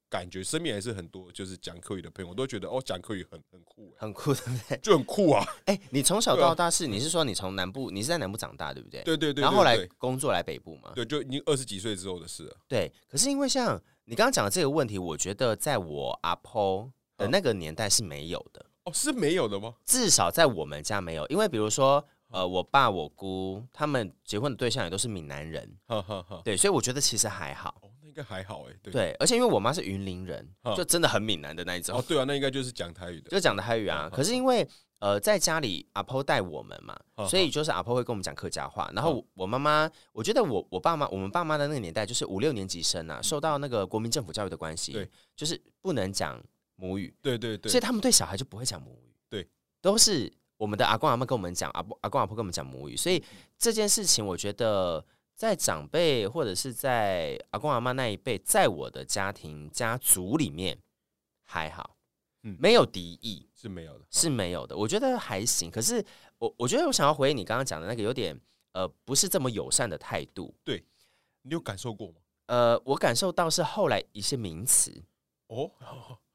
S1: 感觉，身边还是很多就是讲课语的朋友，我都觉得哦，讲课语很很酷、欸，
S2: 很酷，对不对？
S1: 就很酷啊！
S2: 哎，你从小
S1: 对啊
S2: 到大是你是说你从南部，你是在南部长大，对不对？
S1: 对对对对
S2: 然后后来
S1: 对
S2: 工作来北部嘛？
S1: 对，就已经二十几岁之后的事了。
S2: 对，可是因为像你刚刚讲的这个问题，我觉得在我阿婆的
S1: 嗯
S2: 那个年代是没有的，
S1: 哦，是没有的吗？
S2: 至少在我们家没有。因为比如说，呃，我爸、我姑他们结婚的对象也都是闽南人，
S1: 哈哈哈。
S2: 对，所以我觉得其实还好。
S1: 哦，那应该还好哎、哦对。
S2: 对，而啊且因为我妈是云林人
S1: 嗯，
S2: 就真的很闽南的那一
S1: 哦
S2: 种，，
S1: 对啊，那应该就是讲台语的。
S2: 就讲的汉语啊。可是因为呃，在家里阿婆带我们嘛，
S1: 嗯
S2: 所以就是阿婆会跟我们讲客家话。然后我我妈妈，我觉得我我爸妈，我们爸妈的那个年代就是五六年级生啊，受到那个国民政府教育的关系
S1: 嗯对，
S2: 就是不能讲母语，
S1: 对对对
S2: 所以，他们对小孩就不会讲母语。
S1: 对，
S2: 都是我们的阿公阿妈跟我们讲，阿公阿公阿婆跟我们讲母语，所
S1: 嗯
S2: 以这件事情，我觉得在长辈或者是在阿公阿妈那一辈，在我的家庭家族里面还好，
S1: 嗯
S2: 没有敌意，
S1: 是没有的。哦
S2: 是没有的，我觉得还行。可是我我觉得我想要回应你刚刚讲的那个有点呃不是这么友善的态度，
S1: 你有感受过吗？
S2: 呃，我感受到是后来一些名词，
S1: 哦，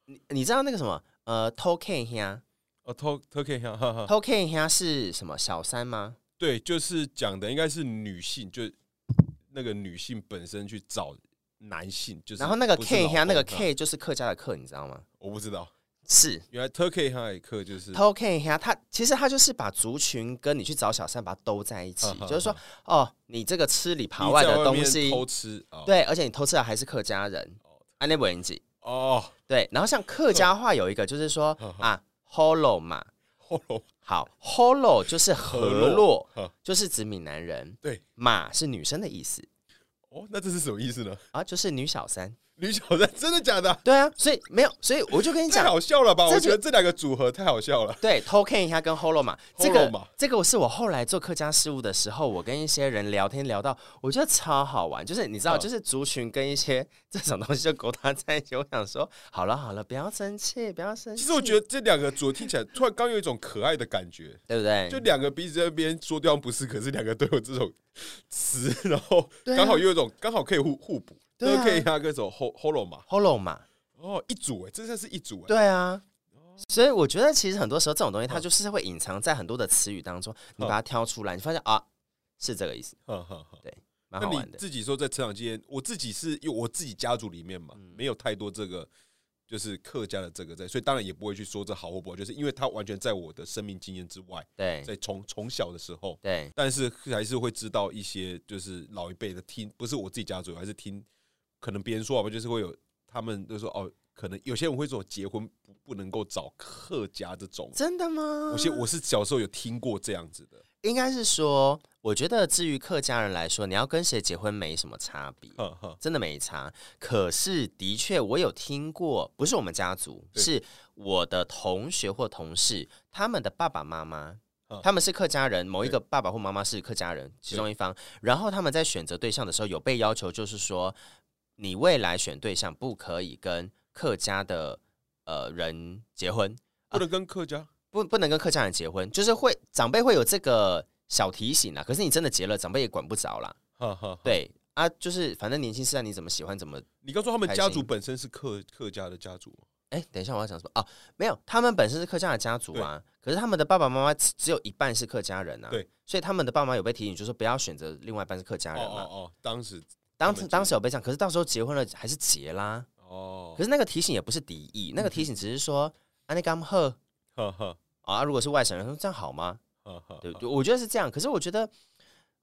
S2: 你你知道那个什么呃偷 K 呀，
S1: 哦，偷偷看一下，哈哈。
S2: 偷 K 呀是什么小三吗？
S1: 对，就是讲的应该是女性，就那个女性本身去找男性，就是
S2: 然后那个
S1: 不是
S2: K
S1: 老
S2: 呀，那个
S1: 公啊
S2: K 就是客家的客，你知道吗？
S1: 我不知道，
S2: 是
S1: 原来 Turkey 哈也克就是
S2: 偷 K 呀，他其实他就是把族群跟你去找小三，把它兜在一起
S1: 嗯，嗯
S2: 就是说
S1: 嗯
S2: 哦，你这个吃里
S1: 你
S2: 扒外
S1: 在
S2: 的东
S1: 面
S2: 西，
S1: 偷吃啊，哦
S2: 对，而且你偷吃的还是客家人
S1: 哦，
S2: 安内不人记。
S1: 哦，
S2: 对，然后像客
S1: 嗯
S2: 家话有一个就是说啊，hollow 嘛，
S1: 后龙
S2: 好，hollow 就是
S1: 河
S2: 河
S1: 洛嗯
S2: 洛，
S1: 哈
S2: 就是指闽南人，
S1: 对，
S2: 马是女生的意思
S1: 哦，那这是什么意思呢？
S2: 啊，就是女小三。
S1: 吕小三真的假的？
S2: 对啊，所以没有，所以我就跟你
S1: 太
S2: 讲，
S1: 好笑了吧！
S2: 这
S1: 我
S2: 就
S1: 觉得这两个组合太好笑了。
S2: 对，偷看一下跟 hollow 嘛，这个
S1: Hollow 嘛
S2: 这个是我后来做客家事务的时候，我跟一些人聊天聊到，我觉得超好玩，就是你知道，
S1: 嗯
S2: 就是族群跟一些这种东西就勾搭在一起，我想说，好了好了，不要生气，不要生气，
S1: 其实我觉得这两个组合听起来突然刚有一种可爱的感觉，
S2: 对不对？
S1: 就两个彼此在那边说对方不是，可是两个都有这种词，然后
S2: 对啊
S1: 刚好又有一种刚好可以互互补，
S2: 对
S1: 都
S2: 啊
S1: 可以那个什么 hol holo 嘛，
S2: hollow 嘛，
S1: 哦，一组哎，这才是一组哎，
S2: 对啊，所以我觉得其实很多时候这种东西，
S1: 嗯
S2: 它就是会隐藏在很多的词语当中，你把它挑出来，你发现啊，是这个意思，
S1: 哈哈哈。
S2: 蛮
S1: 那
S2: 好
S1: 你
S2: 玩的。
S1: 自己说在成长经验，我自己是因为我自己家族里面嘛，
S2: 嗯
S1: 没有太多这个就是客家的这个在，所以当然也不会去说这好或不好，就是因为它完全在我的生命经验之外，
S2: 对
S1: 在从从小的时候，
S2: 对，
S1: 但是还是会知道一些就是老一辈的听，不是我自己家族，还是听可能别人说吧，啊就是会有他们就说哦，可能有些人会说结婚不不能够找客家这种，
S2: 真的吗？
S1: 我先我是小时候有听过这样子的，
S2: 应该是说，我觉得至于客家人来说，你要跟谁结婚没什么差别。
S1: 哈哈，
S2: 真的没差，可是的确，我有听过，不是我们家族，
S1: 对
S2: 是我的同学或同事，他们的爸爸妈妈
S1: 嗯，
S2: 他们是客家人，某一个爸爸或妈妈是客家人，其中一方。然后他们在选择对象的时候，有被要求，就是说，你未来选对象不可以跟客家的呃人结婚，
S1: 不能跟客家
S2: 不不能跟客家人结婚，就是会长辈会有这个小提醒啦。可是你真的结了，长辈也管不着啦。
S1: 哈哈，
S2: 对啊，就是反正年轻时代啊你怎么喜欢怎么
S1: 你刚说他们
S2: 开
S1: 家
S2: 心
S1: 族本身是客客家的家族吗？
S2: 哎、等一下，我要讲什么啊？没有，他们本身是客家的家族啊，可是他们的爸爸妈妈只只有一半是客家人啊，
S1: 对，
S2: 所以他们的爸妈有被提醒，就说不要选择另外一半是客家
S1: 哦
S2: 人嘛。
S1: 哦哦，当时
S2: 当
S1: 他
S2: 时
S1: 们
S2: 当时有被这样，可是到时候结婚了还是结啦。
S1: 哦
S2: 可，是那个提醒也不是敌意，那个提醒只是说啊，你干嘛喝
S1: 哈哈
S2: 啊？如果是外省人，说这样好吗？
S1: 哈哈，
S2: 对，对我觉得是这样。可是我觉得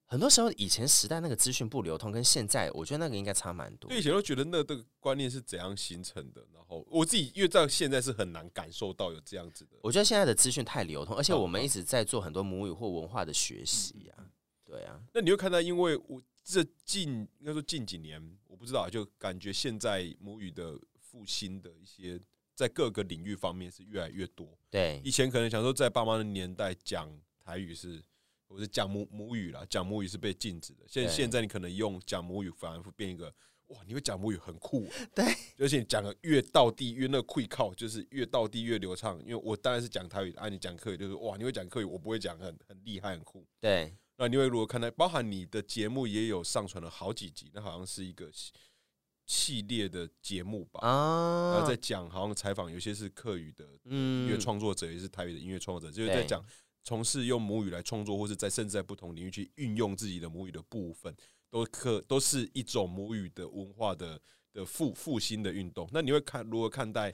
S2: 很多时候以前时代那个资讯不流通，跟现在我觉得那个应该差蛮多
S1: 对，。以前都觉得那这个观念是怎样形成的，然后我自己因为到现在是很难感受到有这样子的，
S2: 我觉得现在的资讯太流通，而且
S1: 嗯
S2: 我们
S1: 嗯
S2: 一直在做很多母语或文化的学习啊。对啊，
S1: 那你会看到，因为我这近应该说近几年，我不知道，就感觉现在母语的复兴的一些在各个领域方面是越来越多。
S2: 对
S1: 以前可能想说，在爸妈的年代讲台语是，我是讲母母语啦，讲母语是被禁止的。现
S2: 对
S1: 现在你可能用讲母语，反而会变一个哇，你会讲母语很酷、欸，
S2: 对，
S1: 而且你讲的越到地越那个会靠，就是越到地越流畅。因为我当然是讲台语，啊，你讲客语就是哇，你会讲客语，我不会讲，很很厉害，很酷。
S2: 对
S1: 那你会如何看待？包含你的节目也有上传了好几集，那好像是一个系系列的节目吧？然
S2: 啊
S1: 哦呃后在，讲，好像采访有些是客语的音乐
S2: 嗯，
S1: 创作者，也是台语的音乐创作者，就是
S2: 对
S1: 在讲从事用母语来创作，或是在甚至在不同领域去运用自己的母语的部分，都可都是一种母语的文化的的复复兴的运动。那你会看如何看待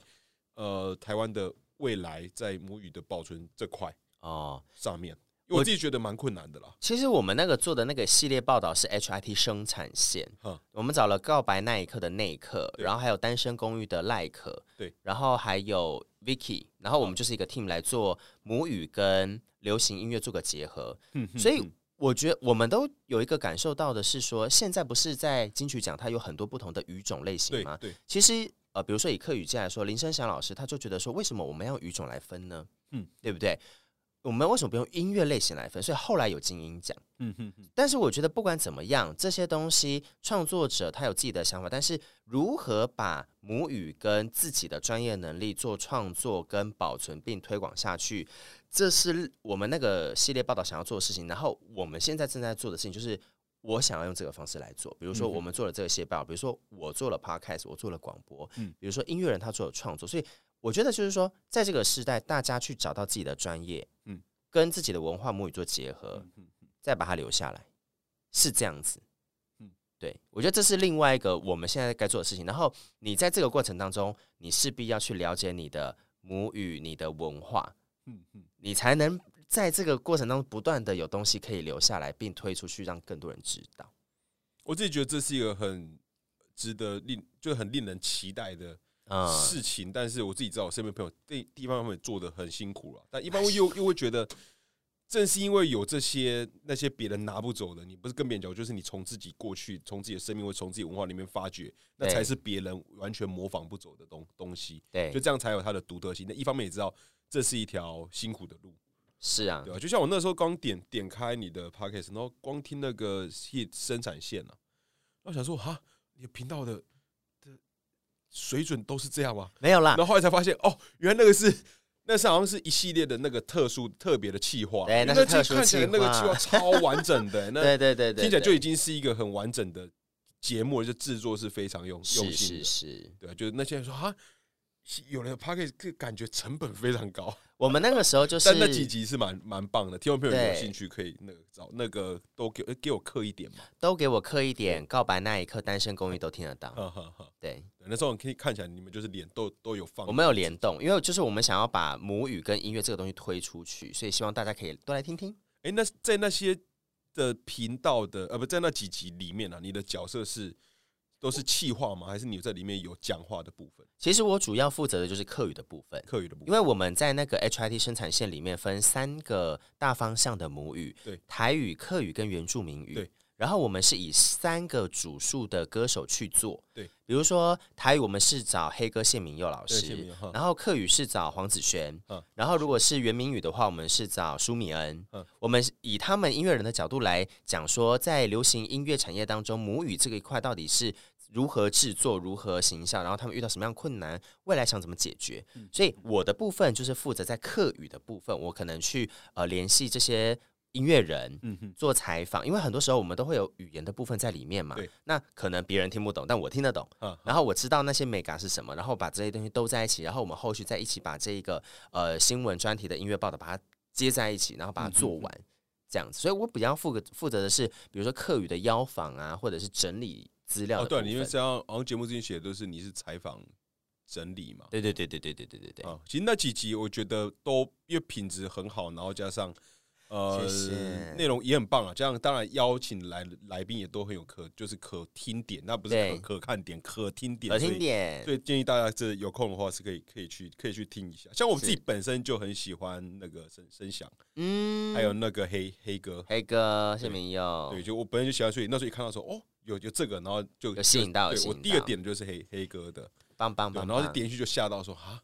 S1: 呃台湾的未来在母语的保存这块
S2: 哦，
S1: 上面？因为
S2: 我
S1: 我自己觉得蛮困难的啦。
S2: 其实我们那个做的那个系列报道是 HIT 生产线
S1: 哼，
S2: 我们找了《告白那一刻》的那一刻，
S1: 对
S2: 然后还有《单身公寓》的赖可，
S1: 对，嗯
S2: 然后还有 Vicky，然后我们就是一个 team 来做母语跟流行音乐做个结合，嗯
S1: 嗯
S2: 所以我觉得我们都有一个感受到的是说，现在不是在金曲奖它有很多不同的语种类型
S1: 对
S2: 吗？
S1: 对
S2: 其实。呃，比如说以客语界来说，林生祥老师他就觉得说，为什么我们要用语种来分呢？
S1: 嗯
S2: 嗯，对不对？我们为什么不用音乐类型来分？所以后来有金音奖。
S1: 嗯哼哼，
S2: 但是我觉得不管怎么样，这些东西创作者他有自己的想法，但是如何把母语跟自己的专业能力做创作跟保存并推广下去，这是我们那个系列报道想要做的事情。然后我们现在正在做的事情就是。我想要用这个方式来做，比如说
S1: 嗯哼
S2: 我们做了这个系列报道，比如说我做了 podcast，我做了广播，
S1: 嗯
S2: 比如说音乐人他做了创作，所以我觉得就是说，在这个时代，大家去找到自己的专业，
S1: 嗯
S2: 嗯，跟自己的文化母语做结合，
S1: 嗯哼哼
S2: 再把它留下来，是这样子。
S1: 嗯
S2: 嗯，对，我觉得这是另外一个我们现在该做的事情。然后你在这个过程当中，你势必要去了解你的母语、你的文化，
S1: 嗯哼，
S2: 你才能在这个过程当中不断的有东西可以留下来，并推出去，让更多人知道。
S1: 我自己觉得这是一个很值得令，就是很令人期待的
S2: 嗯，
S1: 事情，但是我自己知道，我身边朋友这地方他们也做的很辛苦了，但一般会 又又会觉得，正是因为有这些那些别人拿不走的，你不是跟别人讲，就是你从自己过去，从自己的生命或从自己文化里面发掘，那
S2: 对
S1: 才是别人完全模仿不走的东东西，
S2: 对
S1: 就，这样才有它的独特性。那一方面也知道这是一条辛苦的路，
S2: 是啊
S1: 对，吧、就像我那时候刚点点开你的 podcast，然后光听那个 hit 生产线啊，我想说哈，你的频道的的水准都是这样吗？
S2: 没有啦
S1: 然，后后来才发现，哦，原来那个是，那是好像是一系列的那个特殊特别的企划，因
S2: 对
S1: 为
S2: 那是
S1: 那
S2: 特
S1: 其实
S2: 殊
S1: 看起来那
S2: 企
S1: 个
S2: 划
S1: 企划 超完整的、欸那
S2: 对对对对，
S1: 听起来就
S2: 对
S1: 已经是一个很完整的节目了，就制作是非常用用
S2: 是
S1: 心的，
S2: 是是。
S1: 对，就是那些人说啊。有人 p a c k a g e 感觉成本非常高，
S2: 我们那个时候就是
S1: 但那几集是蛮蛮棒的，听众朋友有兴趣可以那个找那个都给呃给我刻一点嘛，
S2: 都给我刻一点，告白那一刻，单身公寓都听得到。
S1: 哈哈哈。
S2: 对，
S1: 对嗯那时候可以看起来你们就是脸都都有放，
S2: 我们有联动，因为就是我们想要把母语跟音乐这个东西推出去，所以希望大家可以多来听听。
S1: 哎、那在那些的频道的呃，不在那几集里面啊，你的角色是都是气话吗？还是你有在里面有讲话的部分、
S2: 其实我主要负责的就是课语的部分，
S1: 课语的部分？
S2: 因为我们在那个 HIT 生产线里面分三个大方向的母语，
S1: 对，
S2: 台语、客语跟原住民语。
S1: 对，
S2: 然后我们是以三个主数的歌手去做，
S1: 对，
S2: 比如说台语我们是找黑哥谢明佑老
S1: 对谢明佑
S2: 师
S1: 哈，
S2: 然后客语是找黄子轩
S1: 嗯，
S2: 然后如果是原名语的话，我们是找舒米恩
S1: 嗯，
S2: 我们以他们音乐人的角度来讲说，在流行音乐产业当中，母语这个一块到底是。如何制作，如何形象，然后他们遇到什么样的困难，未来想怎么解决？
S1: 嗯
S2: 所以我的部分就是负责在客语的部分，我可能去呃联系这些音乐人，
S1: 嗯哼，
S2: 做采访，因为很多时候我们都会有语言的部分在里面嘛
S1: 对。
S2: 那可能别人听不懂，但我听得懂。
S1: 啊，
S2: 然后我知道那些美感是什么，然后把这些东西都在一起，然后我们后续再一起把这一个呃新闻专题的音乐报道把它接在一起，然
S1: 嗯
S2: 后把它做完。这样子，所以我比较负负责的是，比如说课语的邀访啊，或者是整理资料
S1: 哦，
S2: 的部
S1: 对，
S2: 分。
S1: 你们这样好像节目之前写的都是你是采访整理嘛？
S2: 对对对对对对对对对，
S1: 啊，其实那几集我觉得都因为品质很好，然后加上。呃
S2: 谢谢，
S1: 内容也很棒啊！这样当然邀请来的来宾也都很有可，就是可听点，那不是
S2: 对
S1: 可可看点，可听点，
S2: 耳
S1: 所以
S2: 听点，
S1: 所以建议大家这有空的话是可以可以去可以去听一下。像我们自己
S2: 是
S1: 本身就很喜欢那个声声响，
S2: 嗯，哦
S1: 还有那个黑黑哥，
S2: 黑哥谢明佑，
S1: 对，就我本身就喜欢，所以那时候一看到说哦有有这个，然后就
S2: 有吸引
S1: 就
S2: 到有
S1: 对
S2: 吸
S1: 我
S2: 引
S1: 第一个
S2: 到
S1: 点就是黑黑哥的，
S2: 棒棒
S1: 对，
S2: 棒
S1: 然后就
S2: 棒
S1: 点进去就吓到说啊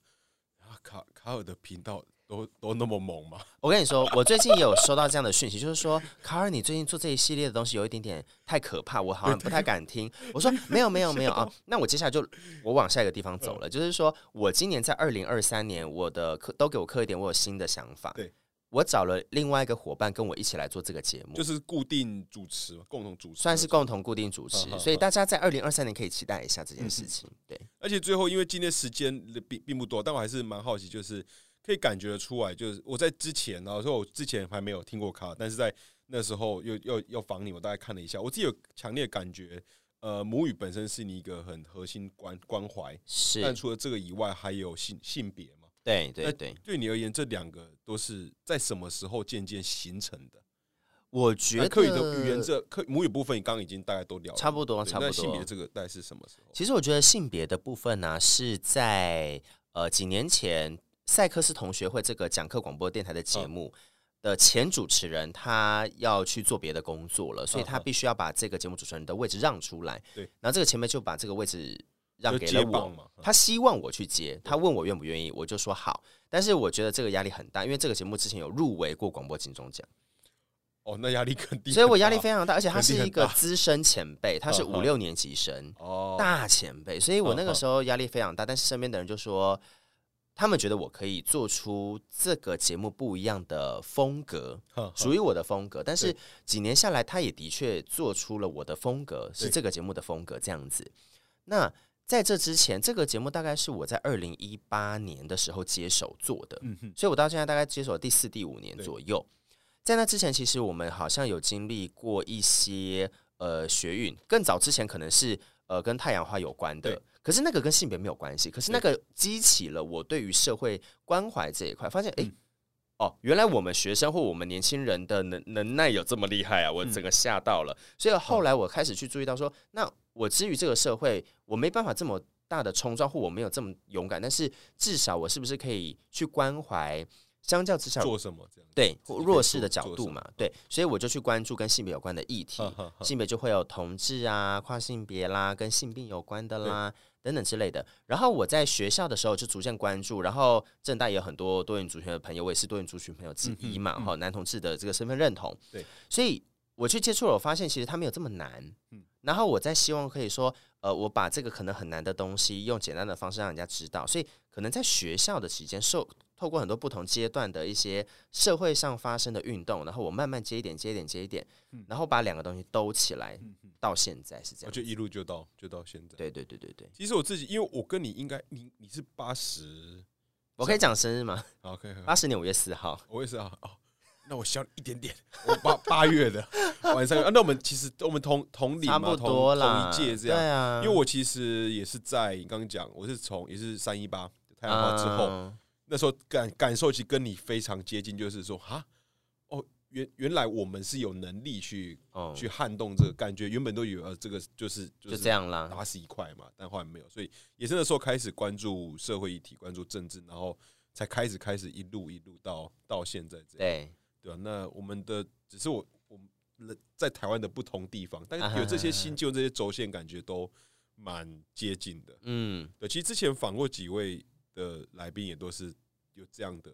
S1: 啊卡卡尔的频道都都那么猛嘛，
S2: 我跟你说，我最近也有收到这样的讯息，就是说，卡尔，你最近做这一系列的东西有一点点太可怕，我好像不太敢听。我说没有没 有没有啊，那我接下来就我往下一个地方
S1: 嗯
S2: 走了，就是说我今年在二零二三年，我的课都给我课一点，我有新的想法。
S1: 对，
S2: 我找了另外一个伙伴跟我一起来做这个节目
S1: 就，是固定主持嘛，共同主持
S2: 算是
S1: 那种。
S2: 共同固定主持
S1: 嗯嗯，嗯
S2: 所以大家在二零二三年可以期待一下这件事情。对，
S1: 而且最后因为今天时间呃并并不多，但我还是蛮好奇，就是可以感觉得出来，就是我在之前啊，说我之前还没有听过卡，但是在那时候又又要访你，我大概看了一下，我自己有强烈的感觉，呃，母语本身是你一个很核心关关怀，但
S2: 是，
S1: 除了这个以外，还有性性别嘛？
S2: 对
S1: 那
S2: 对对，
S1: 对你而言，这两个都是在什么时候渐渐形成的？
S2: 我觉
S1: 那
S2: 得
S1: 课语的语言这课母语部分，你刚刚已经大概都聊了，
S2: 差不
S1: 对
S2: 多差不
S1: 那
S2: 多。
S1: 性别这个大概是什么时候？
S2: 其实我觉得性别的部分呢、啊是在呃几年前塞克斯同学会这个讲课广播电台的
S1: 嗯
S2: 节目。的前主持人他要去做别的工作了，所以
S1: 嗯
S2: 他
S1: 嗯
S2: 必须要把这个节目主持人的位置让出来。
S1: 对，
S2: 然后这个前辈就把这个位置让
S1: 就
S2: 给了
S1: 接
S2: 我
S1: 棒，嘛，嗯
S2: 他希望我去接，他问我愿不愿意，我就说好。但是我觉得这个压力很大，因为这个节目之前有入围过广播金钟奖，
S1: 哦，那压力更低很大，
S2: 所以我压力非常大，而且他
S1: 肯定
S2: 是
S1: 很
S2: 一个
S1: 大
S2: 资深前辈，他是
S1: 嗯
S2: 五
S1: 嗯
S2: 六年级生，
S1: 哦，
S2: 大前辈，所以我那
S1: 嗯
S2: 个
S1: 嗯
S2: 时候压力非常大。但是身边的人就说，他们觉得我可以做出这个节目不一样的风格，
S1: 哼哼
S2: 属于我的风格。但是
S1: 嗯对
S2: 几年下来，他也的确做出了我的风格，是
S1: 对
S2: 这个节目的风格这样子。那在这之前，这个节目大概是我在二零一八年的时候接手做的，
S1: 嗯哼，
S2: 所以我到现在大概接手第四、第五年
S1: 对
S2: 左右。在那之前，其实我们好像有经历过一些呃学运，更早之前可能是呃跟太阳花有关的
S1: 对，
S2: 可是那个跟性别没有关系，可是那个激起了我对于社会关怀这一块，发现诶，
S1: 嗯
S2: 哦，原来我们学生或我们年轻人的能能耐有这么厉害啊！
S1: 嗯
S2: 我整个吓到了，所以后来我开始去注意到说，那我之于这个社会，我没办法这么大的冲撞，或我没有这么勇敢，但是至少我是不是可以去关怀？相较之下，
S1: 做什么这样？
S2: 对
S1: 己可以
S2: 弱势的
S1: 做
S2: 角
S1: 做
S2: 度
S1: 什么嗯
S2: 嘛，对，所以我就去关注跟性别有关的议题，
S1: 哈哈哈
S2: 性别就会有同志啊、跨性别啦、跟性病有关的啦等等之类的。然后我在学校的时候就逐渐关注，然后正大也有很多多元族群的朋友，我也是多元族群朋友
S1: 嗯
S2: 之一嘛，哈、男同志的这个身份认同，
S1: 对，
S2: 所以我去接触了，我发现其实它没有这么难，
S1: 嗯
S2: 然后我在希望可以说，呃，我把这个可能很难的东西用简单的方式让人家知道，所以可能在学校的期间受。透过很多不同阶段的一些社会上发生的运动，然后我慢慢接一点、接一点、接一点，然后把两个东西兜起来，到现在是
S1: 嗯我
S2: 这样。
S1: 哦就一路就到就到现在。
S2: 对对对对对，
S1: 其实我自己，因为我跟你应该，你你是八十
S2: 我可以讲生日吗？
S1: ，OK，好
S2: 八十年五月四号，
S1: 我也是啊，哦，那我小你一点点，我八 八月的晚上，啊，那我们其实我们同同龄
S2: 差
S1: 嘛，
S2: 不
S1: 同
S2: 多啦，
S1: 同一届这
S2: 对
S1: 样。
S2: 啊，
S1: 因为我其实也是在你刚刚讲，我是从也是三一八太阳花之后，
S2: 嗯
S1: 那时候感感受其实跟你非常接近，就是说哈，哦，原原来我们是有能力去
S2: 哦，
S1: 去撼动这个感觉，原本都以为呃这个就是
S2: 就是这样啦。
S1: 打死一块嘛，但后来没有，所以也是那时候开始关注社会议题，关注政治，然后才开始开始一路一路到到现在这样，
S2: 对，
S1: 对啊，那我们的只是我我们人在台湾的不同地方，但
S2: 啊哈
S1: 有这些
S2: 哈
S1: 新旧这些轴线，感觉都蛮接近的。
S2: 嗯，
S1: 对，其实之前访过几位的来宾，也都是有这样的。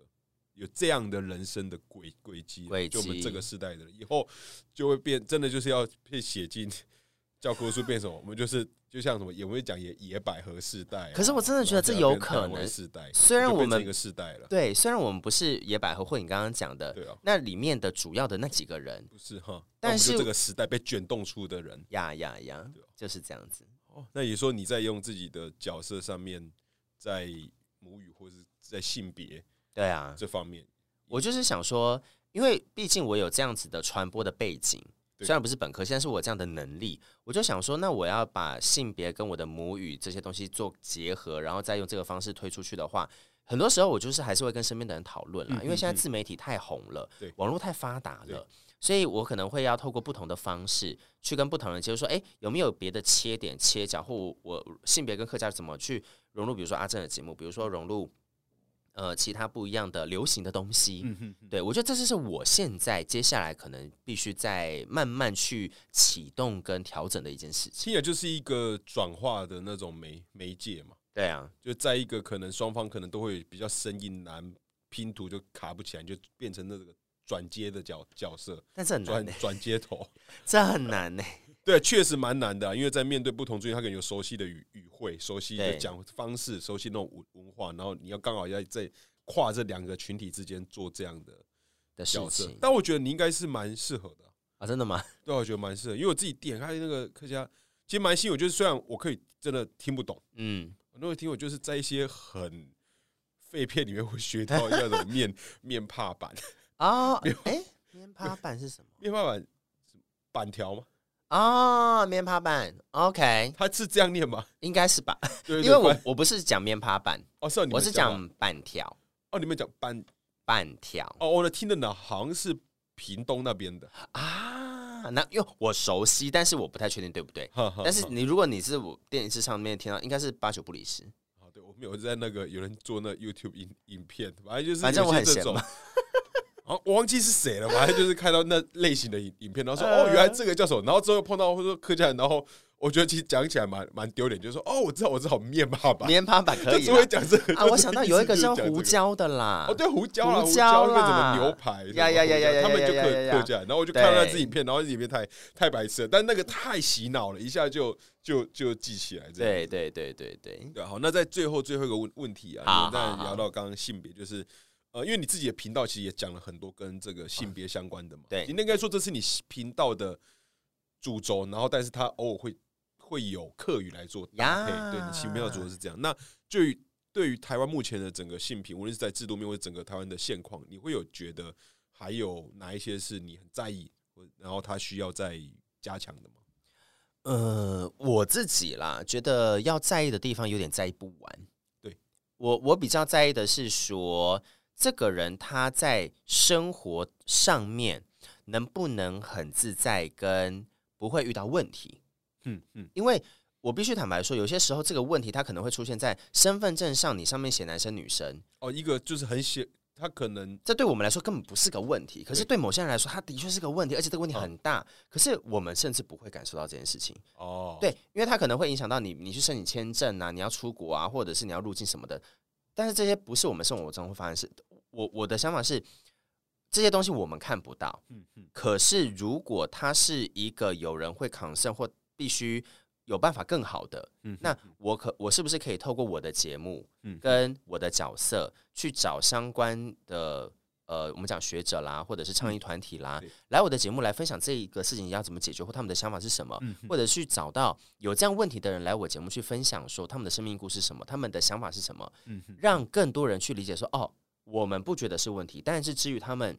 S1: 有这样的人生的轨轨迹啊
S2: 轨，
S1: 就我们
S2: 迹
S1: 这个世代的人，以后就会变，真的就是要被写进教科书，变什么？我们就是就像什么，也会讲野野百合世代啊、
S2: 可是我真的觉得这
S1: 然后
S2: 有
S1: 变成台
S2: 可
S1: 湾
S2: 能
S1: 世代，
S2: 虽然
S1: 就变
S2: 我们
S1: 成一个世代了，
S2: 对。虽然我们不是野百合，或你刚刚讲的
S1: 对啊，
S2: 那里面的主要的那几个人，
S1: 不是哈，那
S2: 但
S1: 我们就是这个时代被卷动出的人，
S2: 呀呀呀
S1: 对啊，
S2: 就是这样子。
S1: 哦，那也说你在用自己的角色上面，在母语或是在性别
S2: 对啊，
S1: 这方面，
S2: 我就是想说，因为毕竟我有这样子的传播的背景，
S1: 对
S2: 虽然不是本科，现在是我有这样的能力，我就想说，那我要把性别跟我的母语这些东西做结合，然后再用这个方式推出去的话。很多时候我就是还是会跟身边的人讨论啦，
S1: 嗯
S2: 因为现在
S1: 嗯嗯
S2: 自媒体太红了，
S1: 对
S2: 网络太发达
S1: 对
S2: 了，所以我可能会要透过不同的方式去跟不同人接触，说，哎、有没有别的切点、切角，或我我性别跟客家怎么去融入，比如说阿正的节目，比如说融入呃其他不一样的流行的东西，
S1: 嗯哼哼，
S2: 对，我觉得这就是我现在接下来可能必须再慢慢去启动跟调整的一件事情。
S1: 听起来就是一个转化的那种媒媒介嘛，
S2: 对啊，
S1: 就在一个可能双方可能都会比较生硬难拼图就卡不起来，就变成那个转接的角角色，
S2: 但这很难欸
S1: 转
S2: 呢、
S1: 转接头，
S2: 这很难呢、
S1: 对，确实蛮难的啊、因为在面对不同族群，他可能有熟悉的语语汇、熟悉的
S2: 对
S1: 讲方式、熟悉那种文文化，然后你要刚好要在跨这两个群体之间做这样的
S2: 的事
S1: 角色
S2: 情。
S1: 但我觉得你应该是蛮适合的啊、
S2: 啊，真的吗？
S1: 对啊，我觉得蛮适合，因为我自己点开那个客家，其实蛮新。我就是虽然我可以真的听不懂，
S2: 嗯，
S1: 那我听我就是在一些很废片里面会学到那种 面面帕板，
S2: 啊、哦，哎、棉趴板是什么？
S1: 面帕板板条吗？
S2: 哦，棉趴板，OK，
S1: 它是这样念 吗？
S2: 应该是吧？
S1: 对对对
S2: 因为我
S1: 反
S2: 我不是讲棉趴板，
S1: 哦，是、啊、你们
S2: 我是
S1: 吧
S2: 讲板条，
S1: 哦，你们讲板
S2: 板条
S1: 哦，我的听的呢好像是屏东那边的，
S2: 啊。那因为我熟悉，但是我不太确定对不对。但
S1: 但
S2: 是你如果你是我电视上面听到，应该是八九不离十。
S1: 好，哦对我们有在那个有人做那 YouTube 影影片，反正就是
S2: 反正
S1: 有
S2: 我
S1: 些
S2: 很
S1: 这
S2: 闲
S1: 种
S2: 嘛。
S1: 啊，我忘记是谁了，反正就是看到那类型的影影片，然后说
S2: 呃
S1: 哦，原来这个叫什么，然后之后又碰到或者说客家人，然后我觉得其实讲起来蛮蛮丢脸，就是说哦，我知道我知道面爸爸，
S2: 棉花板 可以
S1: 只
S2: 啦
S1: 会讲这个
S2: 啊！我想到有一个叫胡，
S1: 就是意思就是讲
S2: 椒的啦
S1: 这个哦，，对，胡椒啊，
S2: 胡
S1: 胡
S2: 椒
S1: 椒
S2: 啦
S1: 那什么牛排什么胡椒，
S2: 呀呀呀呀呀
S1: 他们就
S2: 呀呀呀呀
S1: 刻刻下来，然后我就看到那
S2: 对
S1: 支影片，然后里面太太白痴了，但那个太洗脑了，一下就就就记起来，这样
S2: 对对对对 对，
S1: 对，好，那在最后最后一个问问题
S2: 好
S1: 啊，你在
S2: 好好
S1: 聊到刚刚性别，就是呃，因为你自己的频道其实也讲了很多跟这个性别相关的嘛，
S2: 对
S1: 你应该说这是你频道的主轴，然后但是它偶尔会会有客语来做搭配
S2: 呀，
S1: 对你性别的
S2: 啊
S1: 主轴是这样。那就于对于台湾目前的整个性平，无论是在制度面或者整个台湾的现况，你会有觉得还有哪一些是你很在意，或然后它需要再加强的吗？
S2: 呃，我自己啦，觉得要在意的地方有点在意不完。
S1: 对
S2: 我，我比较在意的是说，这个人他在生活上面能不能很自在，跟不会遇到问题。
S1: 嗯嗯，
S2: 因为我必须坦白说，有些时候这个问题它可能会出现在身份证上，你上面写男生女生，
S1: 哦，一个就是很显，它可能。
S2: 这对我们来说根本不是个问题。可是对某些人来说，它的确是个问题，而且这个问题
S1: 嗯
S2: 很大。可是我们甚至不会感受到这件事情，
S1: 哦，
S2: 对，因为它可能会影响到你，你去申请签证啊，你要出国啊，或者是你要入境什么的。但是这些不是我们生活中会发生的事。我我的想法是，这些东西我们看不到，
S1: 嗯嗯
S2: 可是如果它是一个有人会 concern 或必须有办法更好的，
S1: 嗯
S2: 那我可我是不是可以透过我的节目
S1: 嗯
S2: 跟我的角色去找相关的呃，我们讲学者啦，或者是倡议团体啦，
S1: 嗯对
S2: 来我的节目来分享这一个事情要怎么解决，或他们的想法是什么，
S1: 嗯
S2: 或者去找到有这样问题的人来我节目去分享，说他们的生命故事是什么，他们的想法是什么，
S1: 嗯嗯
S2: 让更多人去理解说，哦，我们不觉得是问题，但是至于他们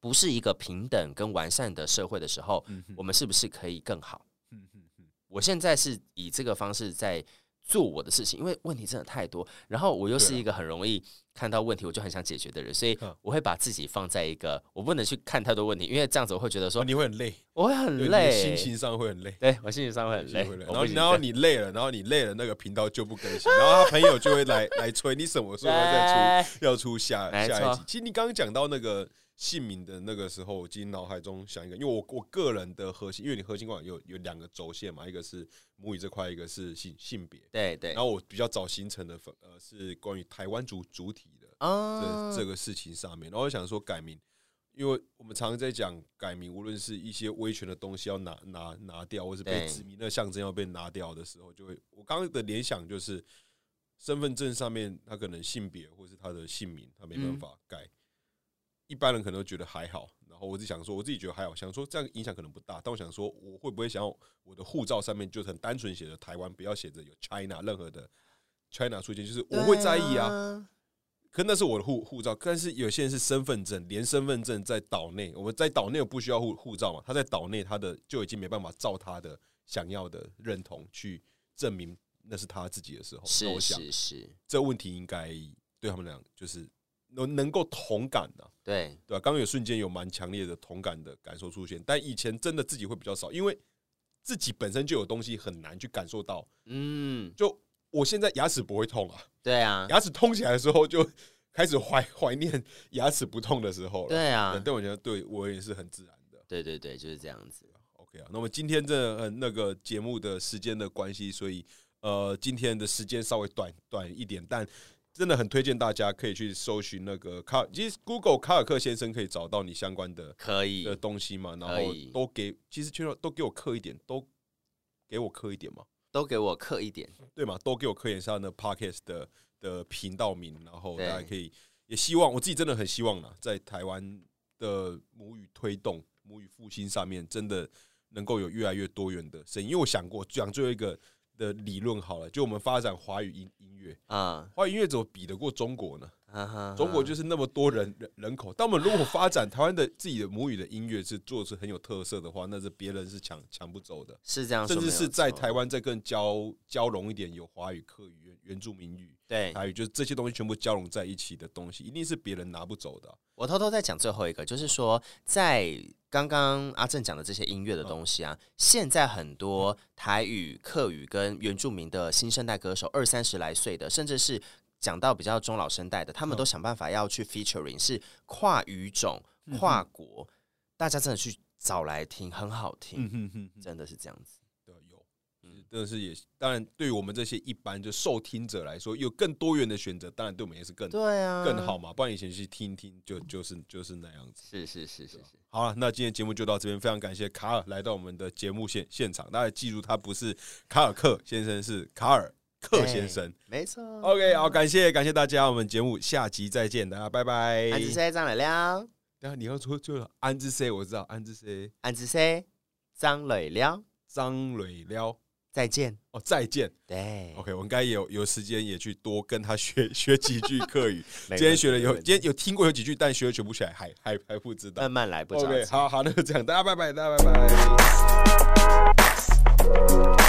S2: 不是一个平等跟完善的社会的时候，
S1: 嗯
S2: 我们是不是可以更好？
S1: 嗯嗯嗯
S2: 我现在是以这个方式在做我的事情，因为问题真的太多，然后我又是
S1: 对啊
S2: 一个很容易看到问题我就很想解决的人，所以
S1: 嗯
S2: 我会把自己放在一个我不能去看太多问题，因为这样子我会觉得
S1: 哦
S2: 说
S1: 你会很累，
S2: 我会
S1: 对
S2: 很
S1: 你的
S2: 累，
S1: 心情上会很累。
S2: 对我心情上会很
S1: 心
S2: 累，
S1: 情会累
S2: 我
S1: 然
S2: 不
S1: 后
S2: 行
S1: 然后你累了，然后你累了，那个频道就不更新，然后他朋友就会来来催你什么时候再 出要出下
S2: 没
S1: 下一集
S2: 错。
S1: 其实你刚刚讲到那个姓名的那个时候，我其实脑海中想一个，因为我我个人的核心，因为你核心观有有两个轴线嘛，一个是母语这块，一个是性性别。
S2: 对对
S1: 然，后我比较早形成的粉呃是关于台湾主主体的，
S2: 啊
S1: 这这个事情上面，然后我想说改名，因为我们常常在讲改名，无论是一些威权的东西要拿拿拿掉，或是被
S2: 对
S1: 殖民的象征要被拿掉的时候，就会我刚刚的联想就是身份证上面他可能性别或是他的姓名，他没办
S2: 嗯
S1: 法改。一般人可能都觉得还好，然后我只想说，我自己觉得还好，想说这样影响可能不大，但我想说，我会不会想要我的护照上面就很单纯写着台湾，不要写着有 China 任何的 China 出现，就是我会在意
S2: 对
S1: 啊可那是我的护护照，但是有些人是身份证，连身份证在岛内，我们在岛内不需要护护照嘛，他在岛内他的就已经没办法照他的想要的认同去证明那是他自己的时候，那
S2: 是
S1: 我想
S2: 是是，
S1: 这问题应该对他们俩就是能能够同感的、
S2: 对
S1: 对吧、刚刚有瞬间有蛮强烈的同感的感受出现，但以前真的自己会比较少，因为自己本身就有东西很难去感受到。
S2: 嗯，
S1: 就我现在牙齿不会痛啊，
S2: 对啊，
S1: 牙齿痛起来的时候，就 开始怀怀念牙齿不痛的时候了。
S2: 对啊
S1: 嗯，，但我觉得对我也是很自然的。
S2: 对对对，就是这样子。
S1: OK 啊，那么今天这呃那个节目的时间的关系，所以呃今天的时间稍微短短一点，但真的很推荐大家可以去搜寻那个卡，其实 Google 卡尔克先生可以找到你相关的
S2: 可以
S1: 的，东西嘛，然
S2: 可
S1: 后
S2: 以
S1: 都给，其实就都给我刻一点，都给我刻一点嘛。
S2: 都给我刻一点。
S1: 对嘛，都给我科研上的 podcast 的的频道名，然后大
S2: 对
S1: 家可以也希望我自己真的很希望啦，在台湾的母语推动、母语复兴上面，真的能够有越来越多元的声音。因为我想过讲最后一个的理论好了，就我们发展华语音音乐，
S2: 啊，
S1: 华语音乐怎么比得过中国呢？
S2: 哈哈
S1: 中国就是那么多人人人口，但我们如果发展台湾的自己的母语的音乐是做出很有特色的话，那是别人是抢抢不走的。
S2: 是这样说
S1: 甚
S2: 没有
S1: 至
S2: 错，
S1: 是在台湾再更交交融一点，有华语、客语、原原住民语、
S2: 对
S1: 台语，就是这些东西全部交融在一起的东西，一定是别人拿不走的啊、
S2: 我偷偷在讲最后一个，就是说，在刚刚阿正讲的这些音乐的东西啊，现在很多台语、客语跟原住民的新生代歌手，二三十来岁的，甚至是讲到比较中老生代的，他们都想办法要去 featuring，是跨语种、跨国，大家真的去找来听，很好听，
S1: 嗯哼哼，
S2: 真的是这样子。
S1: 对，有。
S2: 嗯
S1: 真的是也，当然对于我们这些一般就受听者来说，有更多元的选择，当然对我们也是更
S2: 对啊，
S1: 更好。嘛。不然以前去听一听就就是就是那样子。
S2: 是是是是是，
S1: 好了，那今天节目就到这边，非常感谢卡尔来到我们的节目现现场。大家记住，他不是卡尔克先生，是卡尔克先生。
S2: 没错。
S1: OK，好，感谢感谢大家，我们节目下集再见，大家拜拜。
S2: 安子 C 张磊了，
S1: 等一下你要说就是安之 C，我知道安之 C
S2: 安子 C 张磊了，
S1: 张磊撩
S2: 再见。
S1: 哦，再见。
S2: 对
S1: OK，我应该也有有时间也去多跟他学学几句客 语。
S2: 没
S1: 今天
S2: 问
S1: 学了
S2: 题
S1: 有，
S2: 没问
S1: 今天有听过有几句，但学学不起来，还还还不知道
S2: 慢。慢来，不着急
S1: OK，。好好，那就这样，大家拜拜，大家拜拜。